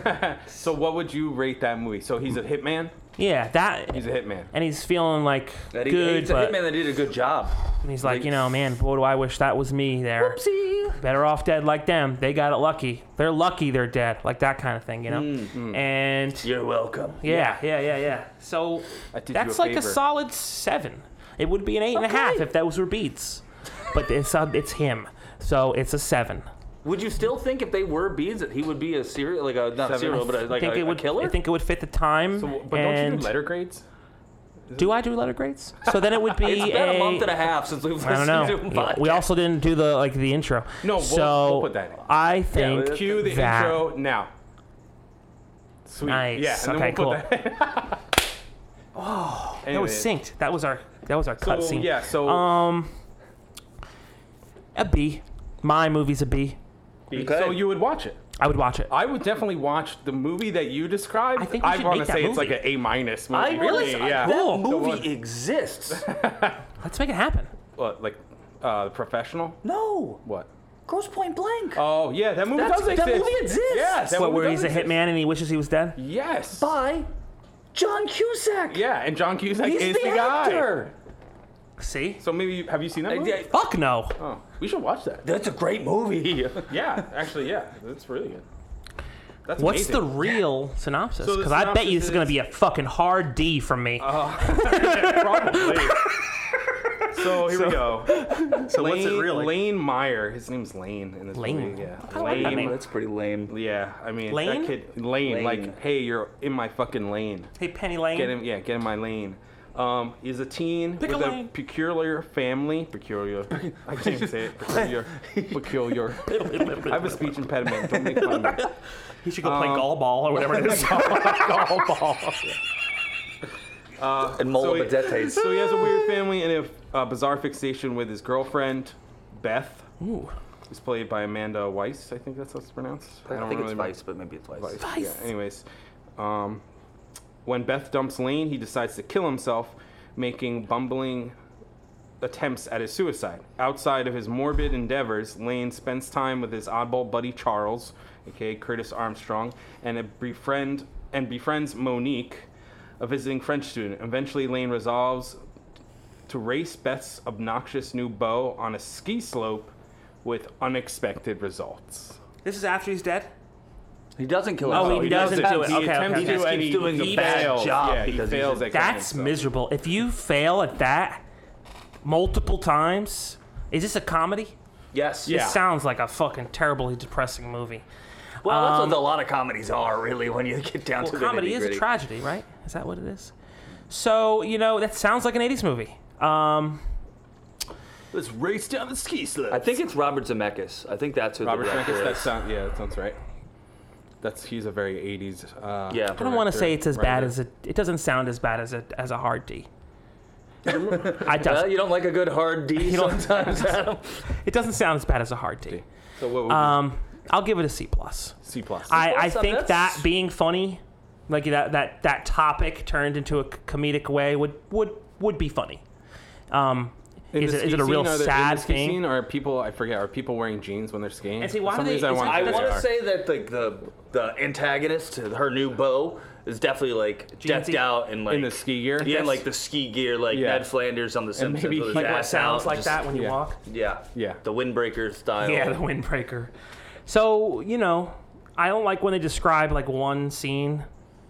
S1: yeah,
S2: So what would you rate that movie? So he's a hitman.
S1: yeah. That
S2: He's a hitman.
S1: and he's feeling like
S3: That he,
S1: good,
S3: he's a
S1: but
S3: hitman that did a good job.
S1: he's like, you know, man, boy, do I wish that was me there.
S3: See?
S1: Better off dead like them. They got it lucky. They're lucky they're dead, like that kind of thing, you know.
S3: Mm,
S1: And
S3: You're welcome.
S1: yeah, yeah, yeah, yeah. So
S2: I did you
S1: That's
S2: a
S1: like a
S2: favor.
S1: solid seven. It would be an eight and a half
S3: Okay.
S1: if those were beats. But it's uh, it's him, so it's a seven.
S3: Would you still think if they were beads that he would be a serial, like a not
S2: Seven.
S3: serial, but a, like
S1: think
S3: a,
S1: it would
S3: a killer?
S1: I think it would fit the time.
S2: So, but don't you
S1: and
S2: do letter grades?
S1: do I do letter grades? So then it would be
S3: it's been a, month and a half since we've
S1: I don't
S3: listened to him.
S1: know. We also didn't do the like the intro.
S2: No, we'll-
S1: so
S2: we'll put that in.
S1: I think
S3: that's-
S2: Cue the
S1: that-
S2: intro now. Sweet.
S1: Nice.
S2: Yeah, and
S1: Okay,
S2: then we'll put that. oh,
S1: That was synced. That was our that was our cut
S2: So,
S1: scene.
S2: yeah, so
S1: Um, a B. My movie's a B.
S2: so you would watch it.
S1: I would watch it.
S2: I would definitely watch the movie that you described.
S1: I think we should
S2: wanna
S1: make that
S2: say it's like
S1: movie.
S2: an A minus movie.
S3: I
S2: really?
S3: realize
S2: yeah.
S3: that
S1: Cool.
S2: one-
S3: movie exists.
S1: Let's make it happen.
S2: What, like uh, the professional?
S3: no,
S2: What?
S3: Gross Point Blank.
S2: Oh yeah, that movie
S3: That's-
S2: does
S3: that
S2: exist.
S3: movie exists.
S2: Yeah, that
S1: What,
S2: movie
S1: where he's
S2: does
S1: a
S2: exist.
S1: hitman and he wishes he was dead?
S2: Yes.
S3: by John Cusack.
S2: Yeah, and John Cusack
S3: he's
S2: is
S3: the,
S2: the, guy.
S3: actor.
S1: See?
S2: So maybe you- have you seen that movie?
S3: Yeah,
S1: Fuck no.
S2: Oh, we should watch that.
S3: That's a great movie.
S2: Yeah, actually, yeah, that's really good. That's
S1: What's the
S2: amazing.
S1: real synopsis?
S2: So the
S1: Because I bet you this
S2: synopsis
S1: is going to
S2: is- Uh-huh.
S1: be a fucking hard D from me.
S2: Probably. so here we go. So Lane,
S5: what's it really?
S2: Lane Meyer. His name's Lane in this
S1: Lane.
S2: movie. Yeah.
S1: I like that name.
S3: Oh, that's pretty lame.
S2: Yeah, I mean
S1: Lane?
S2: that kid Lane,
S3: Lane.
S2: Like, hey, you're in my fucking lane.
S1: hey, Penny Lane.
S2: Get him. Yeah, get in my lane. Um, he's a teen
S1: Pick a
S2: with
S1: lane.
S2: peculiar family. Peculiar. I can't say it. Peculiar. peculiar. I have a speech impediment. Don't make fun of me.
S1: He should go play gall ball or whatever it is. gall ball.
S3: And Mola
S2: he-
S3: Badetes.
S2: So he has a weird family and a uh, bizarre fixation with his girlfriend, Beth.
S1: Ooh.
S2: It's played by Amanda Weiss, I think that's how it's pronounced.
S3: I,
S2: don't
S3: think it's
S2: really
S3: Vice, but maybe it's Vice.
S2: remember. Yeah, anyways, um, when Beth dumps Lane, he decides to kill himself, making bumbling attempts at his suicide. Outside of his morbid endeavors, Lane spends time with his oddball buddy Charles, aka Curtis Armstrong, and a befriend and befriends Monique, a visiting French student. Eventually, Lane resolves to race Beth's obnoxious new beau on a ski slope with unexpected results.
S1: This is after he's dead?
S3: He doesn't kill
S1: Oh,
S3: himself.
S1: he doesn't do it.
S2: He
S1: Okay,
S2: attempts
S1: okay,
S2: to
S1: okay.
S2: and
S3: He
S2: he
S3: keeps doing the
S2: he
S3: bad
S2: fails.
S3: job
S2: Yeah, he
S3: because he's
S2: fails
S3: a-
S2: at killing
S1: That's
S2: himself.
S1: miserable. If you fail at that multiple times, is this a comedy?
S3: Yes.
S1: It
S2: Yeah.
S1: sounds like a fucking terribly depressing movie.
S3: Well, that's what a lot of comedies are, really, when you get down
S1: Well,
S3: to
S1: comedy
S3: the
S1: is a
S3: nitty-gritty.
S1: tragedy, right? Is that what it is? So you know that sounds like an '80s movie. Um,
S2: Let's race down the ski slope.
S3: I think it's Robert Zemeckis. I think that's who
S2: Robert
S3: the director
S2: Zemeckis. That
S3: is.
S2: sound, yeah, that sounds right. That's he's a very '80s. Uh,
S3: Yeah.
S1: I don't want to say it's as bad
S2: Right.
S1: as a. It doesn't sound as bad as a as a hard D. I
S3: Well,
S1: does,
S3: Uh, you don't like a good hard D
S1: don't-
S3: sometimes, Adam.
S1: it doesn't sound as bad as a hard D.
S2: So what would
S1: Um, I'll give it a C plus.
S2: be C plus?
S1: I, I
S3: plus, I mean,
S1: think that
S3: that's-
S1: being funny, like that that that topic turned into a c- comedic way would would would be funny. Um,
S2: In
S1: is
S2: the
S1: it,
S2: ski
S1: is it a real
S2: scene, are there- in the
S1: sad
S2: ski
S1: thing?
S2: Scene, are people I forget? Are people wearing jeans when they're skiing?
S1: And see, why do
S2: For some
S1: they-
S2: reason, I
S1: is it-
S2: want
S3: I
S2: to think
S3: want
S2: they
S3: to
S2: are.
S3: say that like the the antagonist, her new beau, is definitely like decked
S1: Jeansy.
S3: out in like
S2: in the ski gear.
S3: yeah, in, like the ski gear, like
S2: Yeah.
S3: Ned Flanders on The Simpsons.
S2: maybe
S3: with his
S2: like
S1: Like what
S3: ass
S1: sounds
S3: out,
S1: like
S3: just-
S1: that when you
S2: yeah.
S1: walk?
S3: Yeah,
S2: Yeah.
S3: the windbreaker style.
S1: Yeah, the windbreaker. So you know, I don't like when they describe like one scene.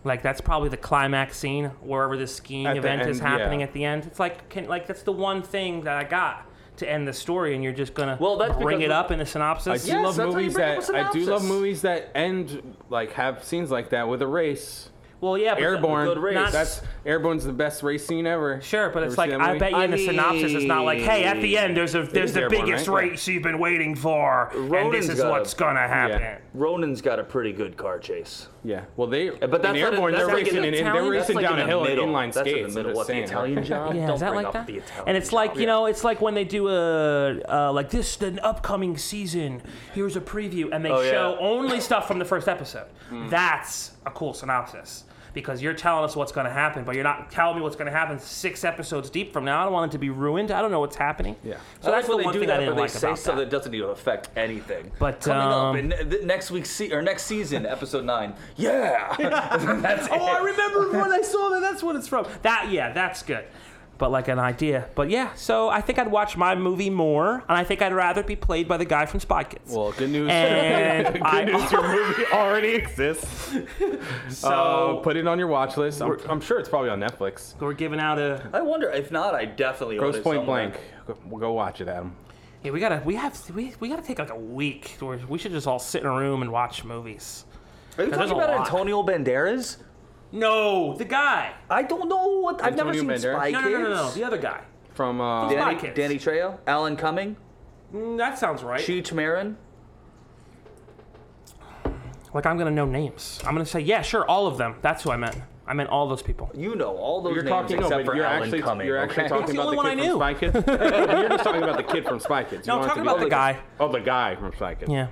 S1: Like that's probably the climax scene, wherever this skiing
S2: At the
S1: event is
S2: end,
S1: happening
S2: yeah.
S1: at the end. It's like can like that's the one thing that I got to end the story, and you're just gonna
S3: Well, that's
S1: bring
S3: because-
S1: it up in a
S2: I
S1: synopsis.
S2: do
S3: Yes,
S2: love
S3: that's how you
S2: movies
S3: bring up
S2: that
S3: a
S2: I do love
S3: synopsis.
S2: movies that end like have scenes like that with a race.
S1: Well, yeah, but
S2: Airborne.
S3: good race.
S1: Not-
S2: That's Airborne's the best race scene ever.
S1: Sure, but
S2: Ever
S1: it's
S2: seen
S1: like
S2: that
S1: I
S2: movie?
S1: bet you in
S3: I
S1: the synopsis it's not like, hey, at the end there's a there's
S2: is
S1: the
S2: Airborne,
S1: biggest
S2: right? Yeah.
S1: race you've been waiting for, and
S3: Ronan's
S1: this is
S3: got a-
S1: what's gonna happen.
S2: Yeah.
S3: Ronan's got a pretty good car chase.
S2: Yeah. Well, they
S3: but
S2: but
S3: that's
S2: in
S3: not in-
S2: airborne
S3: that's
S2: they're
S3: like in
S2: racing in, they're
S1: Italian?
S2: racing
S1: That's
S2: down
S3: in
S2: a hill in
S3: middle.
S2: inline
S3: That's
S2: skates.
S3: in
S2: I'm
S3: the middle.
S2: just
S3: What the
S2: saying,
S3: Italian
S2: right?
S3: job?
S1: Yeah,
S3: Don't
S1: is that
S3: bring
S1: like
S3: up
S1: that?
S3: the Italian
S1: and it's like you know, it's like when they do a uh, like this the upcoming season. Here's a preview, and they
S3: Oh, yeah.
S1: show only stuff from the first episode.
S2: Hmm.
S1: That's a cool synopsis because you're telling us what's going to happen, but you're not telling me what's going to happen six episodes deep from now. I don't want it to be ruined. I don't know what's happening.
S2: Yeah.
S1: so
S3: I
S1: that's
S3: like when
S1: the
S3: they
S1: one
S3: do
S1: thing
S3: that,
S1: I didn't
S3: but they
S1: like
S3: say
S1: about
S3: stuff
S1: that.
S3: that doesn't even affect anything.
S1: But,
S3: coming
S1: um,
S3: up in ne- th- next week's se- or next season, episode nine. Yeah, that's
S1: Oh, I
S3: it.
S1: remember when I saw that. Oh, That's what it's from. That yeah, that's good. But like an idea. But yeah, so I think I'd watch my movie more, and I think I'd rather be played by the guy from Spy Kids.
S2: Well, good news.
S1: And
S2: good
S1: I-
S2: news. Your movie already exists. So
S1: So-
S2: put it on your watch list. I'm, I'm sure it's probably on Netflix.
S1: We're giving out a
S3: I wonder if not. I definitely own
S2: Gross
S3: it
S2: Point
S3: somewhere.
S2: Blank. Go, go watch it, Adam.
S1: Yeah, we gotta we have we, we gotta take like a week. Where we should just all sit in a room and watch movies.
S3: Are you
S1: There's
S3: talking
S1: a
S3: about
S1: lot.
S3: Antonio Banderas?
S1: No, the guy.
S3: I don't know what I've never seen
S2: Antonio Banderas?
S3: Spy
S1: No,
S3: Kids.
S1: no, no, no, no, the other guy.
S2: From uh,
S1: Yeah.
S3: Danny,
S1: Spy Kids.
S3: Danny Trejo, Alan Cumming,
S1: Mm, that sounds right.
S3: Cheech Marin.
S1: like I'm gonna know names. I'm gonna say yeah, sure, all of them. That's who I meant. I meant all those people.
S3: You know all those
S2: you're
S3: names
S2: talking. No,
S3: except
S2: but
S3: for
S2: you're
S3: Alan
S2: actually
S3: Cumming.
S2: you're
S3: okay?
S2: actually talking
S1: the
S2: about
S1: only one I
S2: the kid
S1: knew.
S2: from Spy Kids. you're just talking about the kid from Spy Kids. You
S1: No, I'm
S2: don't have
S1: talking
S2: to be
S1: about the
S2: like-
S1: guy.
S2: Oh, the guy from Spy Kids.
S1: Yeah,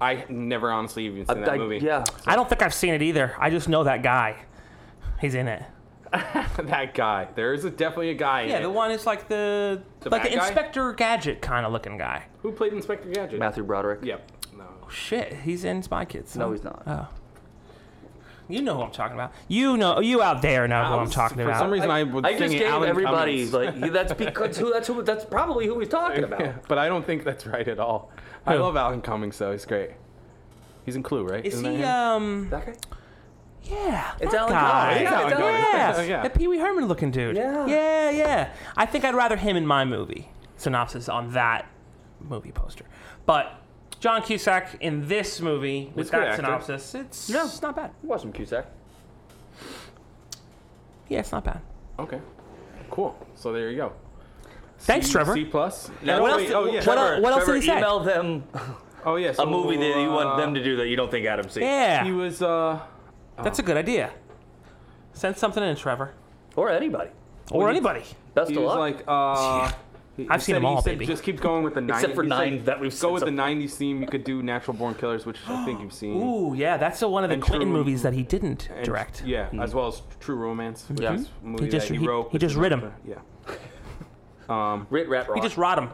S2: I never honestly even seen that
S3: Uh, I-
S2: movie.
S3: yeah,
S1: I don't think I've seen it either. I just know that guy. He's in it.
S2: that guy. There is a, definitely a guy.
S1: Yeah,
S2: in
S1: the
S2: it.
S1: one is like the,
S2: The
S1: like the
S2: bad guy?
S1: Inspector Gadget kind of looking guy.
S2: Who played Inspector Gadget?
S3: Matthew Broderick.
S2: Yep. No.
S1: Shit, he's in Spy Kids.
S3: No,
S1: huh?
S3: he's not.
S1: Oh. You know who I'm talking about. You know, you out there know who I'm
S2: was-
S1: talking
S2: for
S1: about.
S2: some reason, I, was
S3: I just
S2: thinking
S3: gave
S2: Alan
S3: everybody
S2: Cummings.
S3: like that's because who that's who that's probably who he's talking about.
S2: Yeah, but I don't think that's right at all. I
S1: Who?
S2: love Alan Cummings though. He's great. He's in Clue, right?
S1: Is
S2: Isn't
S1: he?
S2: that him?
S1: Um,
S3: That guy?
S1: yeah,
S3: It's
S1: that
S3: Alan
S1: guy.
S2: Yeah,
S3: Cumming. Yeah, it's
S2: Alan
S3: Alan
S2: Cumming.
S1: Yeah,
S2: Yeah.
S1: the Pee Wee Herman looking dude.
S3: Yeah.
S1: yeah, yeah. I think I'd rather him in my movie synopsis on that movie poster, but John Cusack in this movie with
S2: He's a good
S1: that
S2: actor.
S1: synopsis, it's it's not bad.
S3: Watch some Cusack.
S1: Yeah, it's not bad.
S2: Okay. Cool. So there you go.
S1: Thanks,
S2: C-
S1: Trevor.
S2: C plus.
S3: Now,
S2: oh,
S1: what else
S2: wait,
S1: did-
S2: oh, yeah.
S1: what el-
S2: Trevor.
S1: what else did he say?
S3: Email them
S2: Oh yeah.
S3: a movie that you want
S2: uh,
S3: them to do that you don't think Adam sees.
S1: Yeah,
S2: He was. Uh,
S1: that's a good idea. Send something in, Trevor,
S3: Or anybody.
S2: Oh,
S1: or anybody.
S3: Best
S2: he
S3: of
S2: was like.
S3: luck.
S2: Uh, he-
S1: I've
S2: he
S1: seen
S2: said-
S1: them
S2: he
S1: all,
S2: said
S1: baby.
S2: Just keep going with the 90s.
S3: Except for nine that we've
S2: Go
S3: seen
S2: with
S3: so
S2: the 90s theme. You could do Natural Born Killers, which I think you've seen.
S1: Ooh, yeah, that's the one of the
S2: And
S1: Clinton
S2: True-
S1: movies that he didn't
S2: And-
S1: direct.
S2: Yeah, as well as True Romance. Which
S3: Yeah.
S2: is a movie
S1: He just-
S2: that he,
S1: he-
S2: wrote.
S1: he
S2: with
S1: just
S2: the-
S1: writ 'em.
S2: Yeah.
S3: Rit Rat Rock.
S1: He just rot him.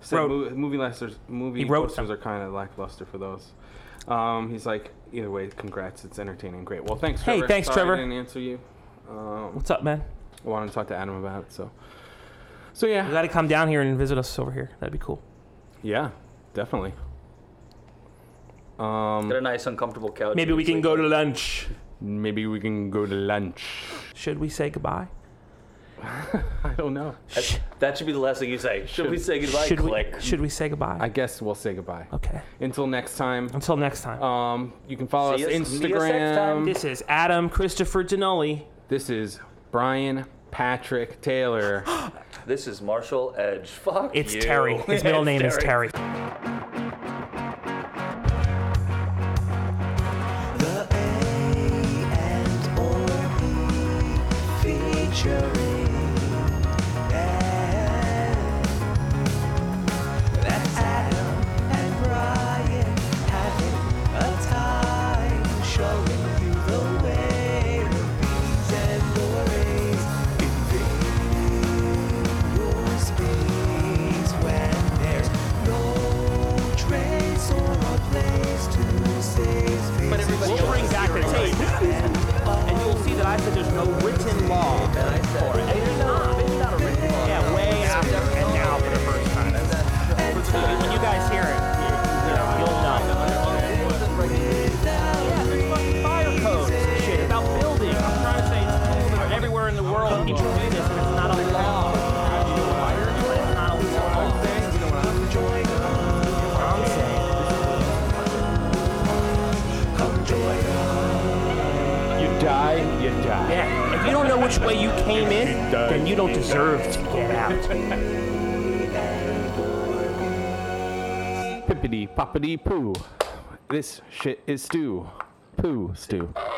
S2: Said
S1: Wrote-
S2: mo- movie listers, movie
S1: He wrote
S2: posters
S1: them.
S2: are kind of lackluster for those. Um, he's like, either way, congrats, it's entertaining, great. Well, thanks,
S1: Hey,
S2: Trevor.
S1: thanks,
S2: Sorry
S1: Trevor.
S2: I didn't answer you. Um,
S1: What's up, man?
S2: I wanted to talk to Adam about it, so. So
S1: You
S2: yeah,
S1: got to come down here and visit us over here. That'd be cool.
S2: yeah, definitely.
S3: Got a nice uncomfortable couch.
S1: Maybe we can go to lunch.
S2: Maybe we can go to lunch.
S1: Should we say goodbye?
S2: I don't know.
S3: That should be the last thing you say. Should, we say goodbye?
S1: should
S3: Click.
S1: we? Should we say goodbye?
S2: I guess we'll say goodbye.
S1: okay.
S2: Until next time,
S1: Until next time.
S2: um, you can follow us
S3: See us- see us next time.
S2: Instagram.
S1: this is Adam Christopher Denoli.
S2: This is Brian Patrick Taylor.
S3: This is Marshall Edge. Fuck
S1: It's
S3: you.
S1: Terry. His middle
S3: It's
S1: name is Terry.
S5: The A and O featuring Ed. That's Adam and Brian having a time showing you the way the bees and the rays invade your space when there's no trace or a place to save space.
S6: But everybody will bring back the tape, and you'll see that I said there's no written law for it. And there's not. It's not a written law. Yeah, way after and now for the first time. So when you guys hear it, you, you know, you'll know. Yeah, there's fucking fire codes and shit about building. I'm trying to say it's cool that everywhere in the world you can do this, and it's not a law. It's not a law. I'm saying.
S2: You die, you die.
S1: Yeah. If you don't know which way you came in, then you don't deserve to get out.
S2: Pippity poppity poo. This shit is stew. Poo stew.